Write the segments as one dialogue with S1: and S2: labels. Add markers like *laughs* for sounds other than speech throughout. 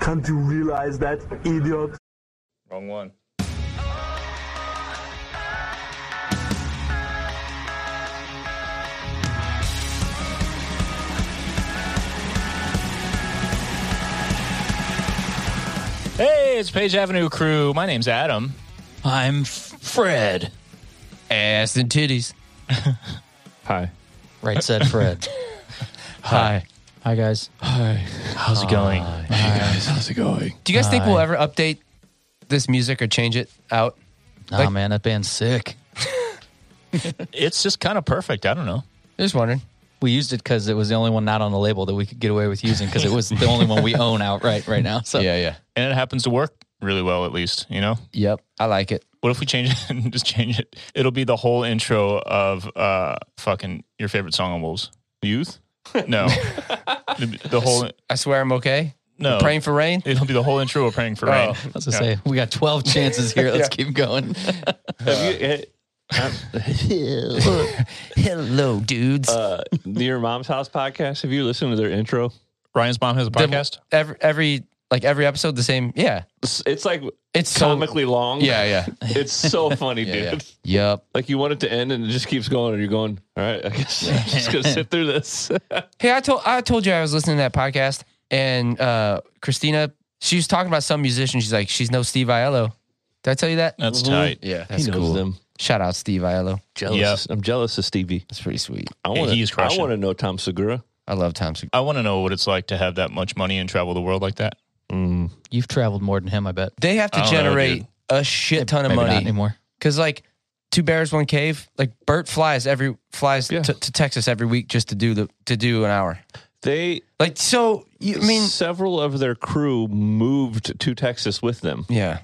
S1: Can't you realize that, idiot?
S2: Wrong one. Hey, it's Page Avenue Crew. My name's Adam.
S3: I'm F- Fred.
S4: Ass and titties.
S2: Hi.
S3: Right said Fred.
S4: Hi.
S3: Hi guys.
S2: Hi. How's it going?
S4: Hi.
S2: guys, how's it going?
S4: Do you guys think we'll ever update this music or change it out?
S3: Nah,
S4: Like-
S3: man, that band's sick.
S2: It's just kind of perfect. I don't know.
S4: Just wondering.
S3: We used it because it was the only one not on the label that we could get away with using because it was the only one we own outright right now. So
S4: yeah.
S2: And it happens to work really well, at least, you know?
S4: Yep. I like it.
S2: What if we change it and just change it? It'll be the whole intro of uh fucking your favorite song on Wolves. Youth? No. It'll be the whole
S4: I swear I'm okay.
S2: no.
S4: Praying for Oh. rain.
S2: It'll be the whole intro of praying for rain.
S3: I was gonna say we got 12 chances here. Let's keep going.
S5: Have you,
S4: Uh,
S5: eh,
S4: Hello, dudes.
S5: uh, the Your Mom's House podcast? Have you listened to their intro?
S2: Ryan's mom has a
S4: The-
S2: podcast.
S4: every every like every episode the same. Yeah.
S5: It's, it's like
S4: It's so
S5: comically long.
S4: Yeah, yeah.
S2: *laughs*
S5: It's
S4: *laughs*
S5: so funny,
S4: Yeah,
S5: dude.
S4: yeah. Yep.
S5: Like you want it to end and it just keeps going, and you're going, all right, I guess I'm just going to sit through this.
S4: Hey, I told I told you I was listening to that podcast, and uh, Christina, she was talking about some musician. She's like, she's no Steve Aiello. Did I tell you that?
S2: That's tight.
S4: Mm-hmm. Yeah,
S5: He
S4: *laughs* that's
S5: knows
S4: cool.
S5: them.
S4: Shout out Steve Aiello.
S5: Jealous. I'm jealous of Stevie.
S4: That's pretty sweet.
S5: I
S2: Yeah,
S5: want
S2: he's
S5: to. I
S2: crushing.
S5: want to know Tom Segura.
S4: I love Tom. Segura.
S2: I want to know what it's like to have that much money and travel the world like that.
S3: You've traveled more than him, I bet.
S4: They have
S2: I
S4: to
S2: don't know,
S4: generate
S2: dude.
S4: a shit ton of
S3: Maybe not
S4: money
S3: anymore.
S4: because like two bears, one cave. Like Bert flies every flies
S5: Yeah.
S4: to, to Texas every week just to do the to do an hour.
S5: They,
S4: Like so, you, I mean,
S5: several of their crew moved to Texas with them.
S4: yeah,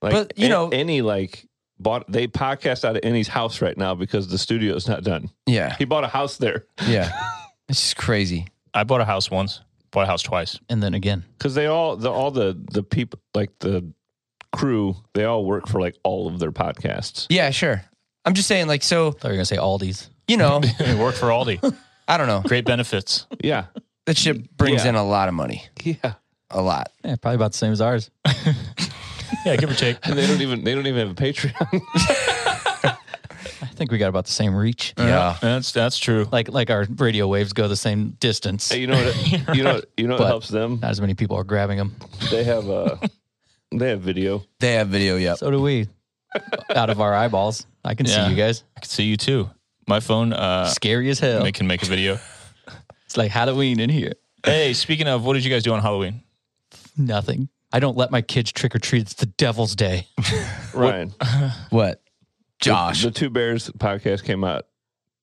S5: Like,
S4: But, you
S5: a-
S4: know-
S5: any like bought they podcast out of Annie's house right now because the studio's not done.
S4: yeah,
S5: He bought a house there *laughs*
S4: yeah. it's just crazy.
S2: I bought a house once. Bought a house twice.
S3: And then again,
S5: because they all the all the the people like the crew they all work for like all of their podcasts. *laughs*
S4: Yeah, sure. I'm just saying, like, so
S3: I thought you were gonna say Aldi's.
S4: you know,
S2: It worked for
S4: *laughs*
S2: Aldi.
S4: I don't
S5: *laughs*
S4: know.
S2: Great benefits.
S5: Yeah,
S4: That shit brings
S5: Yeah.
S4: in a lot of money.
S5: yeah.
S4: A lot.
S3: Yeah, probably about the same as ours.
S2: Yeah, give or take.
S5: And they don't even they don't even have a Patreon.
S3: I think we got about the same reach.
S4: *laughs* Yeah.
S2: That's that's true.
S3: Like like our radio waves go the same distance.
S5: Hey, you know what? *laughs* it- You know you know what
S3: But-
S5: helps them.
S3: Not as many people are grabbing them.
S5: They have uh they have video.
S4: They have video, yeah.
S3: So do we. Out of our eyeballs. I can
S2: Yeah.
S3: see you guys.
S2: I can see you too. My phone uh
S3: Scary as hell.
S2: they can make a
S4: *laughs*
S2: video.
S3: it's like Halloween in here.
S2: Hey, speaking of, what did you guys do on Halloween?
S3: Nothing. I don't let my kids trick or treat. It's the devil's day.
S5: Ryan,
S4: What? Josh.
S5: the Two Bears podcast came out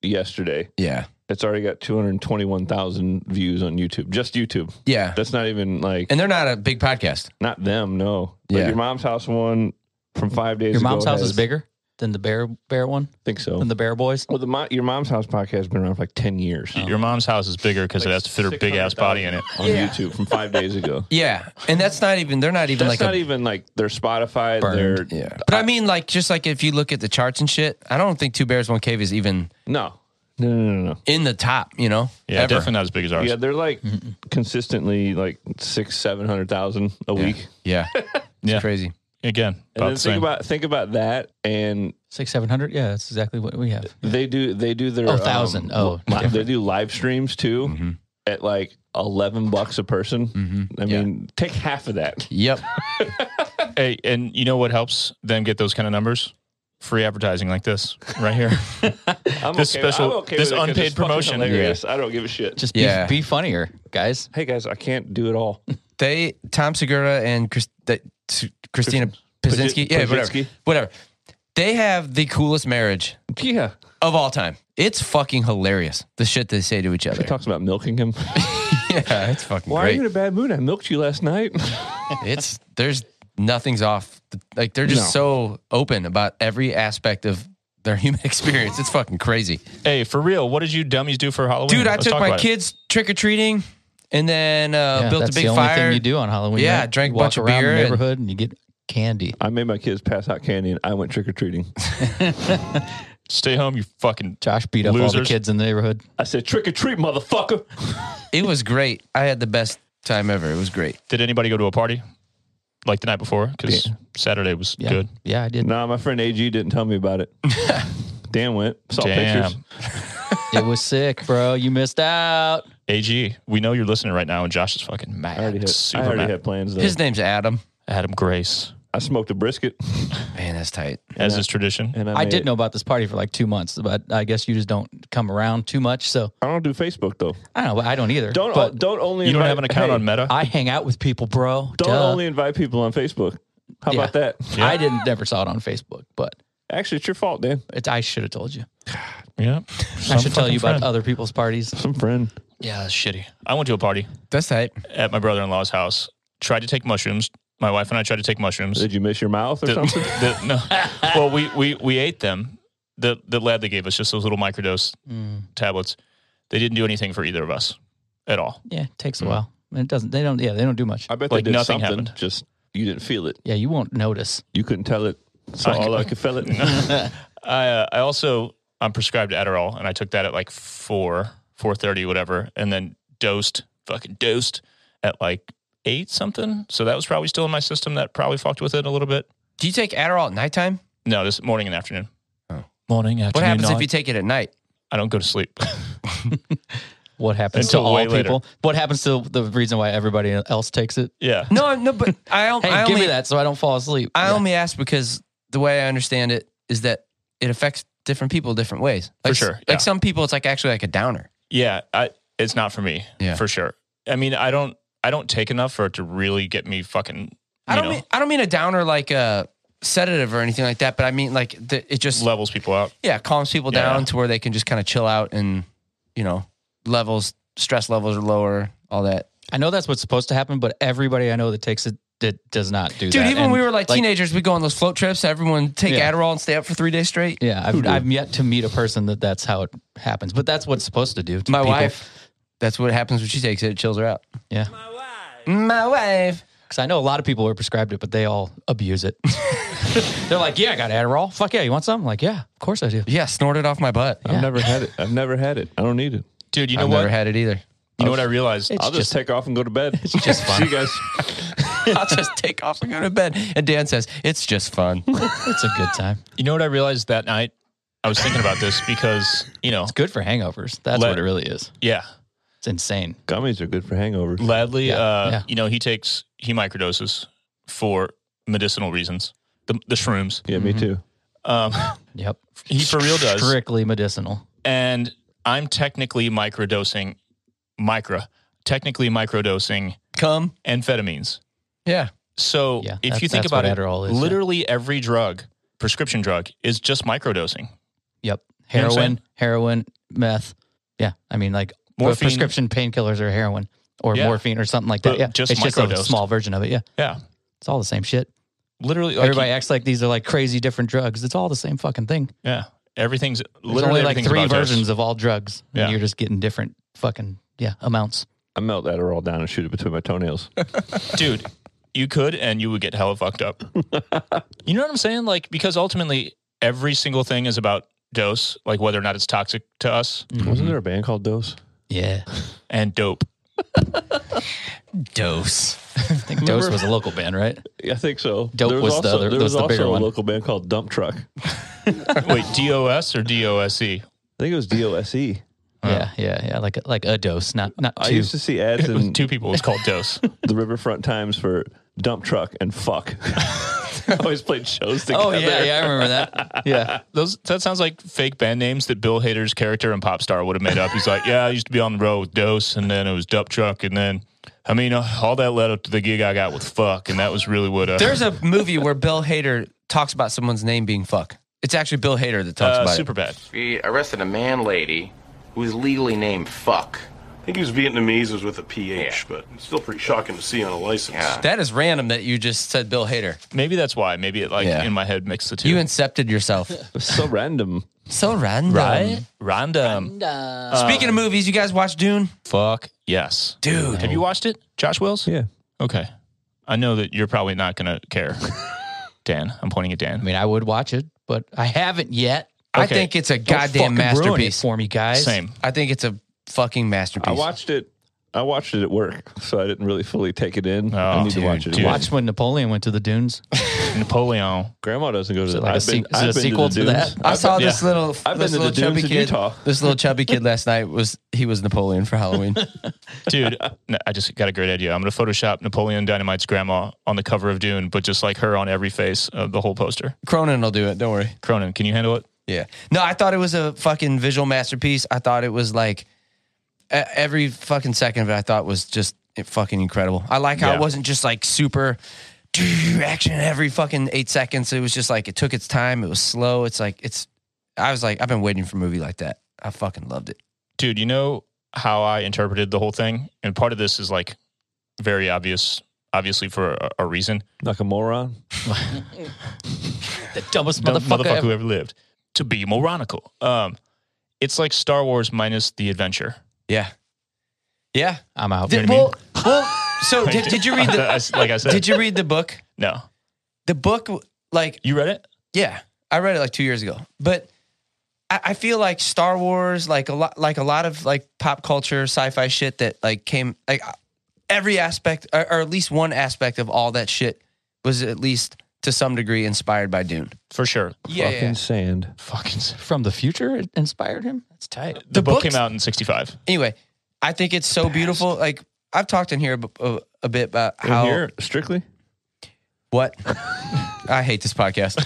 S5: yesterday.
S4: yeah.
S5: It's already got two hundred twenty one thousand views on YouTube. Just YouTube.
S4: Yeah.
S5: That's not even like
S4: and they're not a big podcast.
S5: Not them, no. But
S4: Yeah.
S5: your mom's house one from five days
S3: Your
S5: ago.
S3: mom's house
S5: has-
S3: is bigger than the bear bear one,
S5: I think so.
S3: than the bear boys.
S5: well, the mo- your mom's house podcast has been around for like 10 years
S3: Oh.
S2: Your mom's house is bigger because it has to fit her big ass body in it.
S5: on YouTube from five days ago.
S4: Yeah. And that's not even they're not even
S5: That's
S4: like
S5: not
S4: a
S5: even like their Spotify,
S3: Burned.
S5: their.
S4: Yeah. But I mean like just like if you look at the charts and shit, I don't think Two Bears One Cave is even
S5: No. No, no, no, no.
S4: in the top, you know?
S2: Yeah,
S4: ever.
S2: definitely not as big as ours.
S5: Yeah, they're like consistently like six, 700,000 a week.
S4: Yeah. *laughs* It's
S2: Yeah.
S4: crazy.
S2: Again,
S5: And
S2: about
S5: then
S2: the
S5: think
S2: same.
S5: about think about that, and
S3: Six, seven hundred. Yeah, that's exactly what we have.
S5: they do they do their um,
S3: Oh, 1,000.
S4: Um,
S3: Oh,
S5: li- they do live streams too at like eleven bucks a person. I
S4: Yeah.
S5: mean, take half of that.
S4: Yep.
S2: Hey, and you know what helps them get those kind of numbers? Free advertising like this right *laughs* here.
S5: I'm
S2: This special- this
S5: with it 'cause
S2: unpaid
S5: it's fucking
S2: promotion.
S5: hilarious. I don't give a shit.
S3: Just be,
S4: Yeah.
S3: be funnier, guys.
S5: hey guys, I can't do it all.
S4: They Tom Segura and Chris, that, S- Christina Pazinski.
S5: Pazi-
S4: Yeah,
S5: Pazinski.
S4: whatever. Whatever. They have the coolest marriage
S5: yeah,
S4: of all time. It's fucking hilarious. The shit they say to each other.
S5: he talks about milking him.
S4: *laughs* yeah, it's fucking
S5: Why are you
S4: great.
S5: in a bad mood? I milked you last night. *laughs*
S4: It's there's nothing's off. Like they're just so open about every aspect of their *laughs* human experience. It's fucking crazy.
S2: hey, for real, what did you dummies do for Halloween?
S4: Dude, I
S2: Let's
S4: took
S2: talk
S4: my
S2: about it.
S4: kids trick or treating and then uh,
S3: Yeah,
S4: built a
S3: that's
S4: big
S3: the only
S4: fire.
S3: thing you do on Halloween.
S4: Yeah,
S3: right?
S4: drank a
S3: You walk
S4: bunch of
S3: around
S4: beer
S3: the
S4: and-
S3: neighborhood and you get candy.
S5: I made my kids pass out candy, and I went trick or treating.
S2: Stay home, you fucking.
S3: Josh beat up all the
S2: Losers.
S3: kids in the neighborhood.
S5: I said, "Trick or treat, motherfucker!"
S4: It was great. I had the best time ever. It was great.
S2: Did anybody go to a party like the night before? Because Saturday was
S3: Yeah.
S2: good.
S3: Yeah, I did.
S5: Nah, my friend AG didn't tell me about it.
S2: *laughs*
S5: Dan went, saw
S2: Damn.
S5: pictures.
S3: It was sick, bro. You missed out.
S2: AG, we know you're listening right now, and Josh is fucking mad.
S5: I already had,
S2: Super
S5: I already
S2: mad.
S5: had plans though.
S4: His name's Adam.
S2: Adam Grace,
S5: I smoked a brisket,
S4: Man, that's tight.
S2: as is tradition.
S5: and I,
S3: I
S5: made-
S3: did know about this party for like two months, but I guess you just don't come around too much. So
S5: I don't do Facebook though.
S3: I don't know. I don't either.
S5: Don't
S3: But
S5: don't only
S2: You don't
S5: invite-
S2: have an account
S5: hey,
S2: on Meta?
S3: I hang out with people, bro.
S5: Don't
S3: Duh.
S5: only invite people on Facebook. How
S3: Yeah.
S5: about that?
S3: I didn't never saw it on Facebook, but
S5: Actually, it's your fault, Dan.
S3: it's, I should have told you.
S2: yeah.
S3: I
S2: Some
S3: should tell
S2: fucking
S3: you about
S2: friend.
S3: other people's parties.
S5: Some friend.
S2: Yeah, that's shitty. I went to a party
S4: That's tight.
S2: at my brother in law's house, tried to take mushrooms. My wife and I tried to take mushrooms.
S5: Did you miss your mouth or
S2: The-
S5: something?
S2: the- no. Well, we, we, we ate them. The, the lab they gave us, just those little microdose
S3: Mm,
S2: tablets, they didn't do anything for either of us at all.
S3: yeah, it takes
S4: Mm.
S3: a while. And It doesn't. They don't. Yeah, they don't do much.
S2: *laughs*
S5: I bet
S2: Like
S5: they did
S2: nothing
S5: something.
S2: happened.
S5: Just you didn't feel it.
S3: Yeah, you won't notice.
S5: You couldn't tell it. So
S2: I-
S5: all I
S2: *laughs*
S5: could feel it.
S2: I uh, I also I'm prescribed Adderall, and I took that at like four four thirty whatever, and then dosed fucking dosed at like eight something. So that was probably still in my system. That probably fucked with it a little bit.
S4: Do you take Adderall at nighttime?
S2: No, this morning and afternoon.
S4: Oh.
S2: Morning afternoon.
S4: What happens if
S2: night.
S4: you take it at night?
S2: I don't go to sleep. *laughs*
S3: What happens
S2: Until
S3: to all
S2: way later.
S3: people? What happens to the reason why everybody else takes it?
S2: yeah.
S4: No, no, but *laughs* I, don't-
S3: Hey,
S4: I
S3: give
S4: only
S3: me that so I don't fall asleep.
S4: I
S3: Yeah.
S4: only ask because the way I understand it is that it affects different people different ways.
S2: For
S4: Like,
S2: sure, yeah.
S4: Like some people, it's like actually like a downer.
S2: Yeah, I, it's not for me.
S4: Yeah.
S2: For sure. I mean, I don't I don't take enough for it to really get me fucking.
S4: I
S2: you
S4: don't
S2: know,
S4: mean I don't mean a downer like a sedative or anything like that, but I mean like the, it just
S2: levels people out.
S4: yeah calms people
S2: Yeah.
S4: down to where they can just kind of chill out and you know levels stress levels are lower, all that.
S3: I know that's what's supposed to happen, but everybody I know that takes it that does not do that.
S4: Dude, even
S3: And,
S4: when we were like, teenagers, we go on those float trips. Everyone take
S3: Yeah.
S4: Adderall and stay up for three days straight.
S3: Yeah, I've, I've yet to meet a person that that's how it happens, but that's what it's supposed to do. to
S4: My
S3: people.
S4: wife, that's what happens when she takes it. It chills her out.
S3: yeah,
S4: My wife.
S3: because I know a lot of people are prescribed it, but they all abuse it. *laughs* They're like, "Yeah, I got Adderall. Fuck yeah, you want some?" I'm like, "Yeah, of course I do."
S4: Yeah, snorted off my butt.
S5: I've never had it. I've never had it. I don't need it.
S2: Dude, you know
S4: I've
S2: what?
S4: never had it either. *laughs*
S2: you know what I realized?
S3: It's
S5: I'll just,
S3: just-
S5: take off and go to bed. It's *laughs* just fun. See you guys.
S4: I'll just take off and go to bed. And Dan says, It's just
S3: *laughs*
S4: fun.
S3: It's a good time.
S2: You know what I realized that night? I was thinking about this because, you
S4: *laughs*
S2: know,
S3: Good for hangovers. That's
S2: Let-
S3: what it really is.
S2: yeah,
S3: It's insane.
S5: Gummies are good for hangovers.
S2: Ladley,
S3: Yeah,
S2: uh,
S3: yeah.
S2: you know, he takes, he microdoses for medicinal reasons, the, the shrooms.
S5: yeah,
S3: Mm-hmm.
S5: me too.
S2: Um, *laughs*
S3: Yep.
S2: he for real does.
S3: Strictly medicinal.
S2: And I'm technically microdosing, micro, technically microdosing
S4: Come.
S2: amphetamines.
S4: Yeah.
S2: So
S3: Yeah,
S2: if
S3: that-
S2: you think
S3: that's
S2: about it,
S3: what Adderall is, yeah.
S2: literally every drug, prescription drug, is just microdosing.
S3: Yep.
S2: You know what I'm
S3: Heroin,
S2: saying?
S3: heroin, meth. Yeah. I mean, like
S2: Morphine.
S3: prescription painkillers or heroin or
S2: Yeah.
S3: morphine or something like that.
S2: But
S3: yeah.
S2: just
S3: it's just a
S2: microdosed.
S3: small version of it. Yeah.
S2: Yeah.
S3: It's all the same shit.
S2: Literally, like
S3: Everybody acts like these are like crazy different drugs. It's all the same fucking thing.
S2: yeah, everything's
S3: There's
S2: literally
S3: only like
S2: everything's
S3: three
S2: about dose.
S3: versions of all drugs.
S2: Yeah.
S3: And you're just getting different fucking, yeah, amounts.
S5: I melt Adderall down and shoot it between my toenails.
S2: *laughs* dude you could and you would get hella fucked
S3: *laughs*
S2: up you know what i'm saying like because ultimately every single thing is about dose like whether or not it's toxic to us
S3: Mm. Mm-hmm.
S5: Wasn't there a band called Dose?
S3: Yeah. *laughs*
S2: and dope
S4: Dose.
S3: I think Dose was a local band, right?
S5: Yeah, I think so.
S3: Dope was the other-
S5: There
S3: was
S5: was,
S3: the bigger
S5: also a
S3: one.
S5: local band called Dump Truck. I
S2: wait *laughs* dos or dose
S5: think it was DOSE.
S3: *laughs* Yeah. Yeah. Yeah. Like, a, like a dose, not, not
S5: E. I
S3: two.
S5: used to
S3: *laughs*
S5: see ads
S2: with
S5: in
S2: two people it's called dose
S5: the Riverfront Times for Dump Truck and *laughs* Fuck. I always played shows together.
S3: Oh yeah, yeah, I
S4: *laughs*
S3: remember that. Yeah,
S2: those that sounds like fake band names that bill hader's character in pop star would have made up he's like yeah i used to be on the road with dose and then it was dump truck and then i mean uh, all that led up to the gig i got with fuck and that was really what uh,
S4: There's a movie where Bill Hader talks about someone's name being fuck. It's actually Bill Hader that talks
S2: uh,
S4: about
S2: super bad
S6: We arrested a man lady who was legally named Fuck.
S7: I think he was Vietnamese, was with a PH, but it's still pretty shocking to see on a license.
S6: Yeah.
S4: it. That is random that you just said Bill Hader.
S2: maybe that's why maybe it like
S4: Yeah.
S2: in my head mixed the two
S4: You incepted yourself.
S5: It's so random.
S4: so random.
S2: Um, random
S4: Speaking of movies, you guys watch Dune?
S2: Fuck yes,
S4: Dude.
S2: Have you watched it, Josh Wills?
S5: Yeah.
S2: Okay, I know that you're probably not gonna care, Dan. I'm pointing at Dan.
S3: I mean, I would watch it, but I haven't yet.
S4: I
S2: Okay.
S4: think it's a
S3: Don't
S4: goddamn
S3: fucking ruin it
S4: masterpiece.
S3: for me, guys.
S2: Same.
S4: I think it's a fucking
S5: I
S4: masterpiece.
S5: watched it I watched it at work, so I didn't really fully take it in. I
S2: Oh,
S5: need
S2: dude,
S5: to watch it.
S2: dude.
S5: again.
S3: Watch when Napoleon went to the dunes.
S2: Napoleon.
S5: Grandma doesn't go to.
S3: it
S5: the
S3: like a
S5: I've been,
S3: se- is it a
S5: I've been
S3: sequel
S5: to,
S3: to
S5: the
S3: that?
S5: dunes.
S4: I saw this little
S5: I've
S4: this
S5: been
S4: little
S5: to the dunes
S4: chubby
S5: in
S4: kid.
S5: Utah.
S4: This little chubby kid last night was he was Napoleon for
S5: *laughs*
S4: Halloween.
S2: Dude, no, I just got a great idea. I'm going to Photoshop Napoleon Dynamite's grandma on the cover of Dune, but just like her on every face of the whole poster.
S4: Cronin will do it. Don't worry.
S2: Cronin, can you handle it?
S4: Yeah. No, I thought it was a fucking visual masterpiece. I thought it was like e- every fucking second of it. I thought was just fucking incredible. I like how
S2: Yeah.
S4: it wasn't just like super action every fucking eight seconds. It was just like it took its time. It was slow. It's like it's. I was like, I've been waiting for a movie like that. I fucking loved it.
S2: Dude, you know how I interpreted the whole thing? And part of this is like very obvious, obviously for a, a reason.
S5: Like a moron.
S3: The dumbest
S2: Dumb
S3: motherfucker.
S2: motherfucker
S3: ever.
S2: who ever lived. To be moronical. Um, it's like Star Wars minus the adventure.
S4: Yeah. Yeah.
S3: I'm out.
S4: Did, well, well, so did, did you
S2: *laughs*
S4: read the
S2: I- like I said,
S4: Did you read the book?
S2: No.
S4: The book, like,
S2: You read it?
S4: yeah, I read it like two years ago, but I, I feel like Star Wars, like a lot, like a lot of like pop culture, sci-fi shit that like came, like uh, every aspect, or, or at least one aspect of all that shit was at least to some degree inspired by Dune.
S2: For sure.
S4: Yeah,
S5: Fucking sand.
S2: Fucking. s-
S3: From the future it inspired him? That's tight.
S2: The, book
S4: books-
S2: came out in 65.
S4: Anyway, I think it's so beautiful. Like I've talked in here a, b- a- a bit about how
S5: In here, strictly.
S4: what *laughs* I hate this podcast.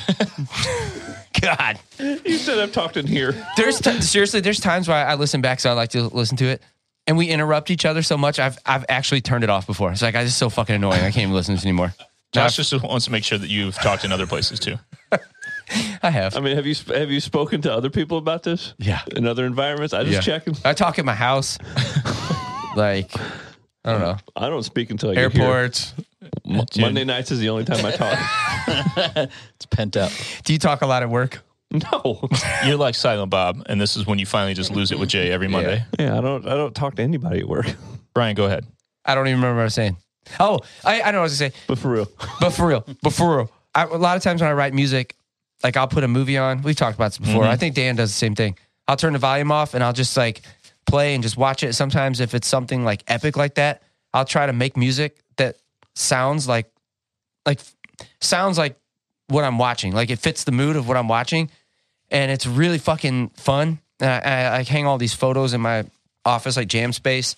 S4: *laughs* God.
S5: You said I've talked in here.
S4: there's t- seriously there's times where I listen back, so I like to listen to it, and we interrupt each other so much. I've I've actually turned it off before. It's like I just so fucking annoying. I can't even listen to this anymore. No,
S2: Josh just wants to make sure that you've talked in other places too.
S4: I have.
S5: I mean, have you sp- have you spoken to other people about this?
S4: Yeah.
S5: In other environments, I just
S4: Yeah.
S5: checking.
S4: I talk at my house, like I don't know
S5: I don't speak until I get here.
S4: airports.
S5: Mo- Monday nights is the only time I talk. *laughs*
S3: It's pent up.
S4: Do you talk a lot at work?
S5: no.
S2: You're like Silent Bob, and this is when you finally just lose it with Jay every Monday.
S5: Yeah, I don't. I don't talk to anybody at work.
S2: Brian, go ahead.
S4: I don't even remember what I was saying. Oh, I, I know what I was gonna say.
S5: *laughs* But for real,
S4: but for real, but for real, I, a lot of times when I write music, like I'll put a movie on. We've talked about this before. I think Dan does the same thing. I'll turn the volume off and I'll just like play and just watch it. Sometimes if it's something like epic like that, I'll try to make music that sounds like like sounds like what I'm watching. Like it fits the mood of what I'm watching, and it's really fucking fun. And I, I, I hang all these photos in my office, like jam space,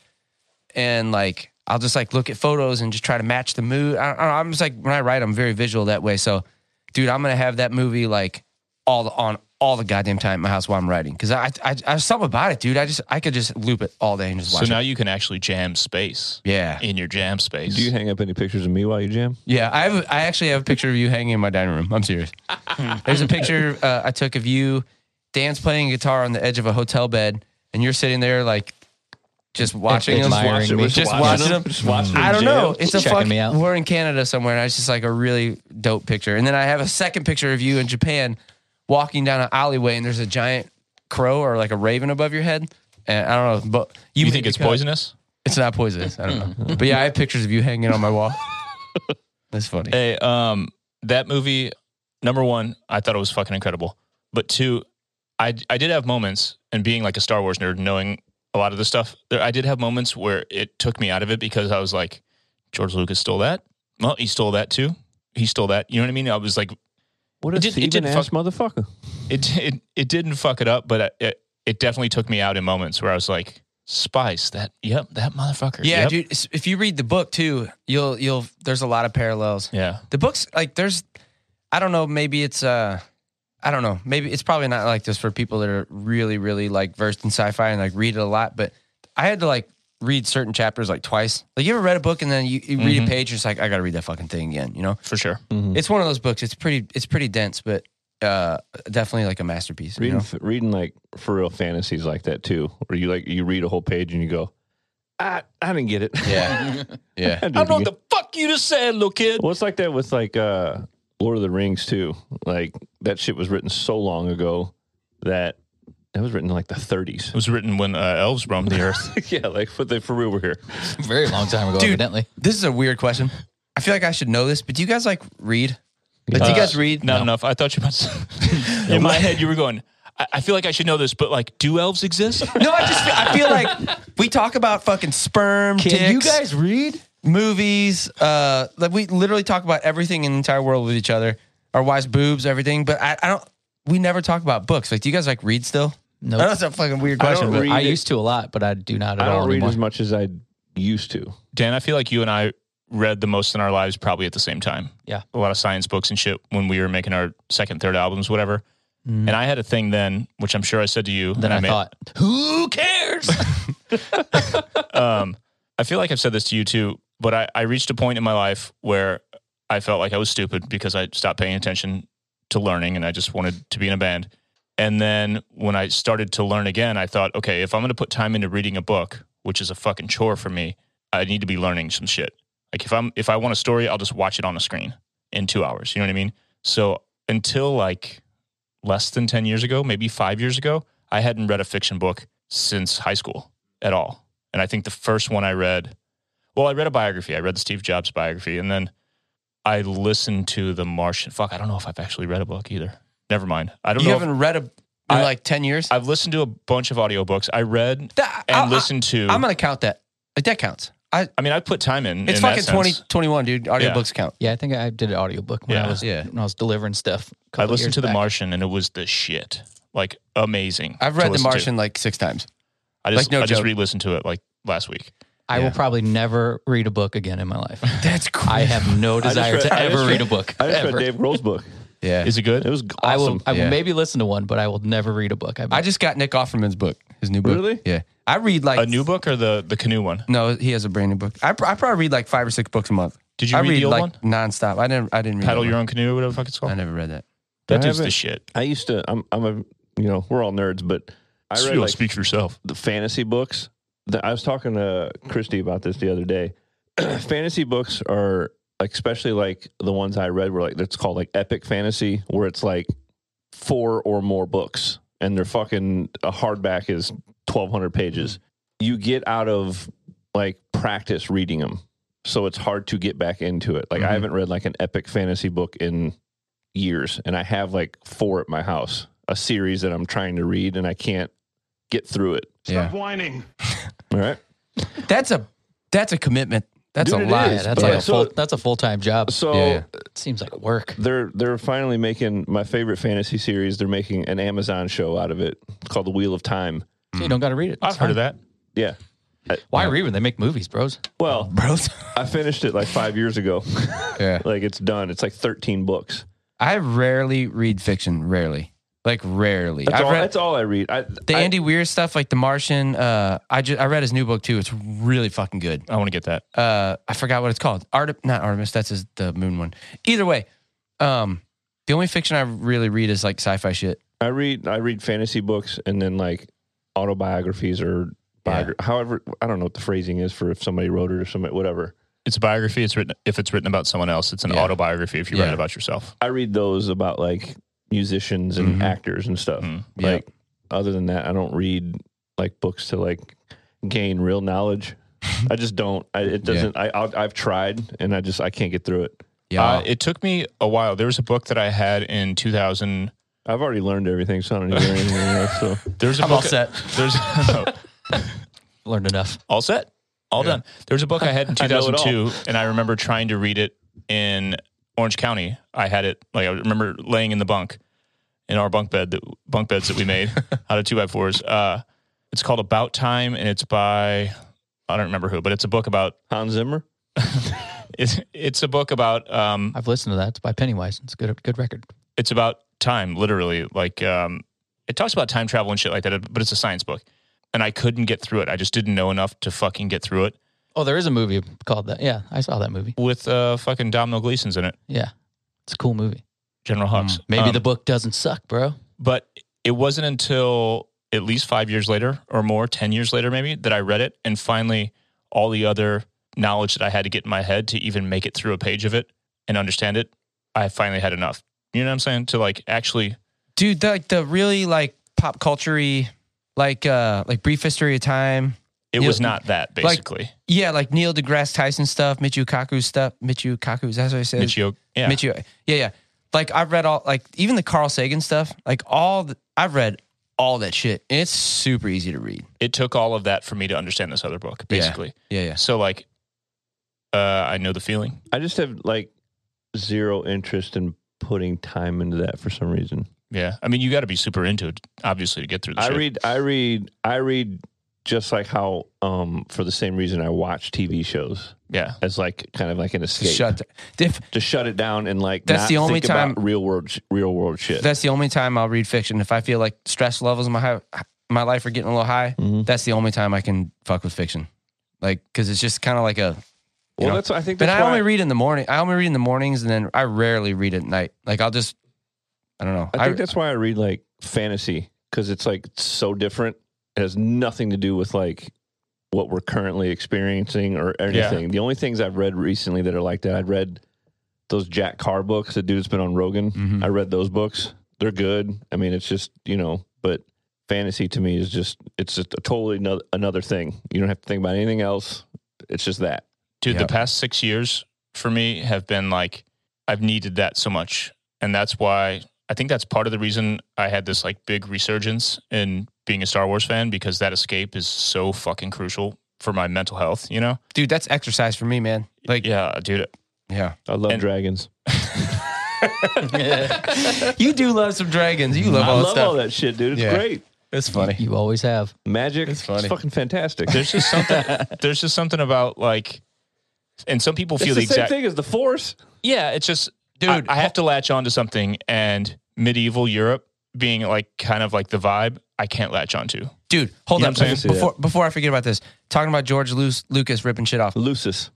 S4: and like I'll just like look at photos and just try to match the mood. I, I, I'm just like when I write, I'm very visual that way. So, dude, I'm gonna have that movie like all the, on all the goddamn time in my house while I'm writing because I, I I something about it, dude. I just I could just loop it all day and just watch.
S2: So now
S4: it.
S2: you can actually jam space
S4: yeah,
S2: in your jam space.
S5: do you hang up any pictures of me while you jam?
S4: Yeah, I have. I actually have a picture of you hanging in my dining room. I'm serious. There's a picture uh, I took of you. Dan's playing guitar on the edge of a hotel bed, and you're sitting there like just watching him.
S3: admiring Watch it, me.
S4: Just,
S5: just watching
S4: watching
S5: him.
S4: him.
S5: Just watching him
S4: I don't
S5: jam.
S4: know. It's a
S3: Checking
S4: fucking.
S3: me out.
S4: We're in Canada somewhere, and it's just like a really dope picture. And then I have a second picture of you in Japan walking down an alleyway, and there's a giant crow or like a raven above your head. And I don't know, but you,
S2: You
S4: made
S2: think
S4: me
S2: it's
S4: kinda-
S2: poisonous?
S4: It's not poisonous. I don't know. but yeah, I have pictures of you hanging on my wall. That's funny.
S2: Hey, um, that movie, number one, I thought it was fucking incredible. But two, I I did have moments, and being like a Star Wars nerd, knowing a lot of the stuff, there, I did have moments where it took me out of it because I was like, George Lucas stole that. Well, he stole that too. He stole that. You know what I mean? I was like,
S5: What
S2: It
S5: a
S2: did- it did
S5: thieving ass
S2: fuck-
S5: motherfucker.
S2: it *laughs* it, it didn't fuck it up, but it- it it definitely took me out in moments where I was like, "Spice that, yep, that motherfucker."
S4: Yeah,
S2: yep.
S4: dude. s- If you read the book too, you'll you'll there's a lot of parallels.
S2: Yeah,
S4: The books like there's, I don't know. Maybe it's uh, I don't know. Maybe it's probably not like this for people that are really really like versed in sci-fi and like read it a lot. But I had to like read certain chapters like twice. Like you ever read a book and then you, you read a page, and it's like I got to read that fucking thing again. You know,
S2: Mm-hmm. for sure.
S4: it's one of those books. It's pretty it's pretty dense, but uh, definitely like a masterpiece. You
S5: Reading,
S4: know?
S5: f reading like for real fantasies like that too, where you like you read a whole page and you go, I I didn't get it. *laughs*
S4: Yeah, yeah.
S5: I, didn't
S2: I don't know
S5: get
S2: what
S5: it.
S2: the fuck you just said, little kid.
S5: Well, it's like that with like uh Lord of the Rings too. Like that shit was written so long ago that that was written in like the 30s.
S2: It was written when uh, elves roamed the *laughs* earth.
S5: *laughs* yeah, like for the for real we're here.
S3: Very long time ago, evidently.
S4: This is a weird question. I feel like I should know this, but do you
S3: Uh,
S4: guys like read? Like, do you guys
S2: *laughs*
S4: read?
S2: Not enough. I thought you meant. in my head, you were going. I, I feel like I should know this, but like, do elves *laughs* exist?
S4: No, I just feel, I feel like we talk about fucking sperm,
S3: Can you
S4: dicks,
S3: guys read?
S4: movies. Uh, like we literally talk about everything in the entire world with each other. Our wives, boobs, everything. But I, I don't. We never talk about books. Like, do you guys like read still?
S3: No.
S4: I know it's a fucking weird
S5: I
S4: question.
S5: don't
S4: but
S5: read.
S3: I
S5: it-
S3: used to a lot, but I do not at
S5: I
S3: all
S5: don't read
S3: anymore.
S5: as much as I used to.
S2: Dan, I feel like you and I read the most in our lives probably at the same time.
S3: Yeah.
S2: A lot of science books and shit when we were making our second, third albums, whatever. And I had a thing then, which I'm sure Mm-hmm. I said to you.
S3: Then
S2: and
S3: I,
S2: made-
S3: thought, who cares?
S2: um, I feel like I've said this to you too, but I, I reached a point in my life where I felt like I was stupid because I stopped paying attention to learning and I just wanted to be in a band. And then when I started to learn again, I thought, okay, if I'm going to put time into reading a book, which is a fucking chore for me, I need to be learning some shit. Like if I'm if I want a story, I'll just watch it on a screen in 2 hours, you know what I mean? So until like less than 10 years ago, maybe 5 years ago, I hadn't read a fiction book since high school at all. And I think the first one I read, well, I read a biography. I read the Steve Jobs biography, and then I listened to the Martian. Fuck, I don't know if I've actually read a book either. Never mind. I don't
S4: you
S2: know. if-
S4: haven't read a in
S2: I-
S4: like ten years. I,
S2: I've listened to a bunch of audiobooks. I read and
S4: That- I- I-
S2: listened to. i
S4: am gonna count that. Like that counts. I.
S2: mean, I put time in.
S4: It's
S2: in that
S4: fucking
S2: sense.
S4: 20, 21, dude. Audiobooks count.
S3: yeah, I think I did an audiobook when
S2: Yeah.
S3: I was
S4: Yeah.
S3: when I was delivering stuff. a
S2: I
S3: couple
S2: listened
S3: years
S2: to the
S3: back.
S2: Martian, and it was the shit. Like amazing.
S4: I've
S2: to
S4: read The
S2: listen to.
S4: Martian like
S2: *laughs*
S4: six times.
S2: I just
S4: like, no
S2: I just
S4: joke.
S2: re-listened to it like last week.
S3: I will probably never read a book again in my life.
S4: That's crazy.
S3: I have no desire
S5: read-
S3: to
S5: *laughs* I just
S3: ever
S5: read-
S3: read a book.
S5: I just
S3: ever.
S5: read Dave Grohl's book.
S4: Yeah.
S2: Is it good?
S5: It was awesome.
S3: I will. I will
S4: Yeah.
S3: maybe listen to one, but I will never read a book. I,
S4: I just got Nick Offerman's book, his new book.
S5: Really?
S4: Yeah. I read like
S2: a new book or the the canoe one?
S4: No, he has a brand new book. I, pr- I probably read like five or six books a month.
S2: Did you
S4: I
S2: read the old
S4: like
S2: one?
S4: nonstop? I didn't. I didn't read.
S2: Paddle
S4: that
S2: your
S4: one.
S2: own canoe, or whatever the fuck it's called.
S4: I never read that.
S2: That
S5: I
S2: dude's the
S5: haven't-
S2: shit.
S5: *laughs* I used to. I'm. I'm a. You know, we're all nerds, but I read
S2: Yo,
S5: like
S2: speak for yourself.
S5: the fantasy books. The, I was talking to Christy about this the other day. *clears throat* fantasy books are like, especially like the ones I read were like that's called like epic fantasy, where it's like four or more books, and they're fucking a hardback is twelve hundred pages. You get out of like practice reading them, so it's hard to get back into it. Like I haven't read like an epic fantasy book in years, and I have like four at my house, a series that I'm trying to read, and I can't get through it.
S4: Yeah.
S7: Whining.
S5: All right.
S4: That's a that's a commitment. That's
S5: Dude,
S4: a
S5: it
S4: lot.
S5: is,
S3: yeah, that's
S5: but-
S3: like a
S5: so-
S3: full. That's a full time job.
S5: So
S4: Yeah.
S3: It seems like work.
S5: they're they're finally making my favorite fantasy series. They're making an Amazon show out of it. It's called The Wheel of Time.
S4: Mm.
S3: So you don't got to read it.
S2: I've
S3: It's
S2: heard
S3: fine.
S2: of that.
S5: Yeah.
S3: Why read when they make movies, bros?
S5: Well,
S2: *laughs*
S4: bro.
S5: I finished it like five years ago. *laughs*
S4: yeah.
S5: like it's done. It's like thirteen books.
S4: I rarely read fiction. Rarely. Like rarely.
S5: That's,
S4: I've
S5: all,
S4: read
S5: that's all I read. I,
S4: the
S5: I-
S4: Andy Weir stuff, like The Martian. Uh, I just I read his new book too. It's really fucking good.
S2: I want to get that.
S4: uh I forgot what it's called. Art not Artemis, that's his, the moon one. Either way, um the only fiction I really read is like sci-fi shit.
S5: I read I read fantasy books and then like autobiographies or biogra- however I don't know what the phrasing is for if somebody wrote it or somebody whatever.
S2: It's a biography. It's written if it's written about someone else. It's an
S4: Yeah.
S2: autobiography if you
S4: Yeah.
S2: write about yourself.
S5: I read those about like musicians and
S4: Mhm.
S5: actors and stuff.
S2: Mm.
S4: Yeah.
S5: Like other than that, I don't read like books to like gain real knowledge. I just don't. I,
S4: *laughs*
S5: it doesn't. I I'll, I've tried and I just I can't get through it.
S4: Yeah.
S2: Uh, it took me a while. There was a book that I had in 2000.
S5: I've already learned everything, so I don't need to
S4: *laughs*
S5: learn anything else. So
S2: There's a
S4: I'm
S2: book.
S4: all set.
S2: *laughs* There's
S3: Learned enough.
S2: all set, all done. There's a book I had in
S5: *laughs* I know it all.
S2: 2002, and I remember trying to read it in Orange County. I had it like I remember laying in the bunk in our bunk bed, that bunk beds that we
S5: *laughs*
S2: made out of two by fours. Uh, it's called About Time, and it's by I don't remember who, but it's a book about
S5: Hans Zimmer.
S2: it's it's a book about um
S3: I've listened to that. It's by Pennywise. It's a good. Good record.
S2: it's about time literally like um it talks about time travel and shit like that but it's a science book and i couldn't get through it i just didn't know enough to fucking get through it
S3: Oh, there is a movie called that. Yeah, I saw that movie.
S2: with uh fucking domino gleason's in it
S3: Yeah, it's a cool movie. Mm.
S2: general hux
S3: Hmm. Maybe
S2: Um,
S3: the book doesn't suck, bro.
S2: but it wasn't until at least five years later or more 10 years later maybe that i read it and finally all the other knowledge that i had to get in my head to even make it through a page of it and understand it i finally had enough you know what i'm saying to like actually
S4: Dude, the, like the really like pop culture like uh like brief history of time.
S2: it
S4: Yeah.
S2: was not that basically
S4: Yeah, like Neil deGrasse Tyson stuff, Michio Kaku stuff, Michio Kaku, is that what I said?
S2: Michio, yeah
S4: Michio. Yeah, yeah. Like I've read all like even the Carl Sagan stuff, like all the, I've read all that shit, and it's super easy to read.
S2: It took all of that for me to understand this other book, basically.
S4: Yeah, yeah.
S2: So like, uh, I know the feeling.
S5: I just have like zero interest in putting time into that for some reason.
S2: Yeah, I mean, you got to be super into it, obviously, to get through. The
S5: I
S2: shit.
S5: read, I read, I read just like how, um, for the same reason I watch TV shows
S2: Yeah,
S5: as like kind of like an escape.
S4: Shut. the- If
S5: to shut it down and like
S4: That's
S5: not
S4: the only
S5: think about
S4: time-
S5: real world sh- real world shit.
S4: that's the only time I'll read fiction, if I feel like stress levels in my high, my life are getting a little high,
S2: Mm-hmm.
S5: Mhm.
S4: that's the only time I can fuck with fiction, like because it's just kind of like a. you
S5: well,
S4: know?
S5: that's I think
S4: But
S5: that's
S4: I
S5: why
S4: only read in the morning. I only read in the mornings, and then I rarely read at night. Like I'll just, I don't know.
S5: I think that's why I read like fantasy because it's like so different. It has nothing to do with like what we're currently experiencing or anything. The only things I've read recently that are like that, I read those Jack Carr books. The dude's been on Rogan.
S4: Mhm.
S5: I read those books. They're good. I mean, it's just you know, but fantasy to me is just it's just a totally another, another thing. You don't have to think about anything else. It's just that.
S2: dude.
S4: Yeah.
S2: The past six years for me have been like I've needed that so much, and that's why I think that's part of the reason I had this like big resurgence in being a Star Wars fan because that escape is so fucking crucial for my mental health. You know?
S4: dude, that's exercise for me, man. Like, yeah,
S2: Yeah, dude.
S5: I love
S2: And-
S5: dragons.
S4: you do love some dragons. You love
S5: I
S4: all that
S5: love
S4: stuff.
S5: all that shit, dude. It's
S4: Yeah.
S5: great.
S4: It's funny.
S3: You always have.
S5: Magic.
S4: It's
S5: It's
S4: funny.
S5: fucking fantastic.
S2: There's just *laughs* something. there's just something about like, and some people
S5: it's
S2: feel
S5: the
S2: the
S5: same
S2: exact.
S5: thing as the force.
S2: Yeah, it's just
S4: Dude,
S2: I, I have to latch on to something, and medieval Europe being like kind of like the vibe, I can't latch on to.
S4: Dude, hold
S2: You know
S4: up
S2: what I'm
S5: saying?
S4: before before I forget about this. Talking about George Lu- Lucas ripping shit off.
S5: Lucis.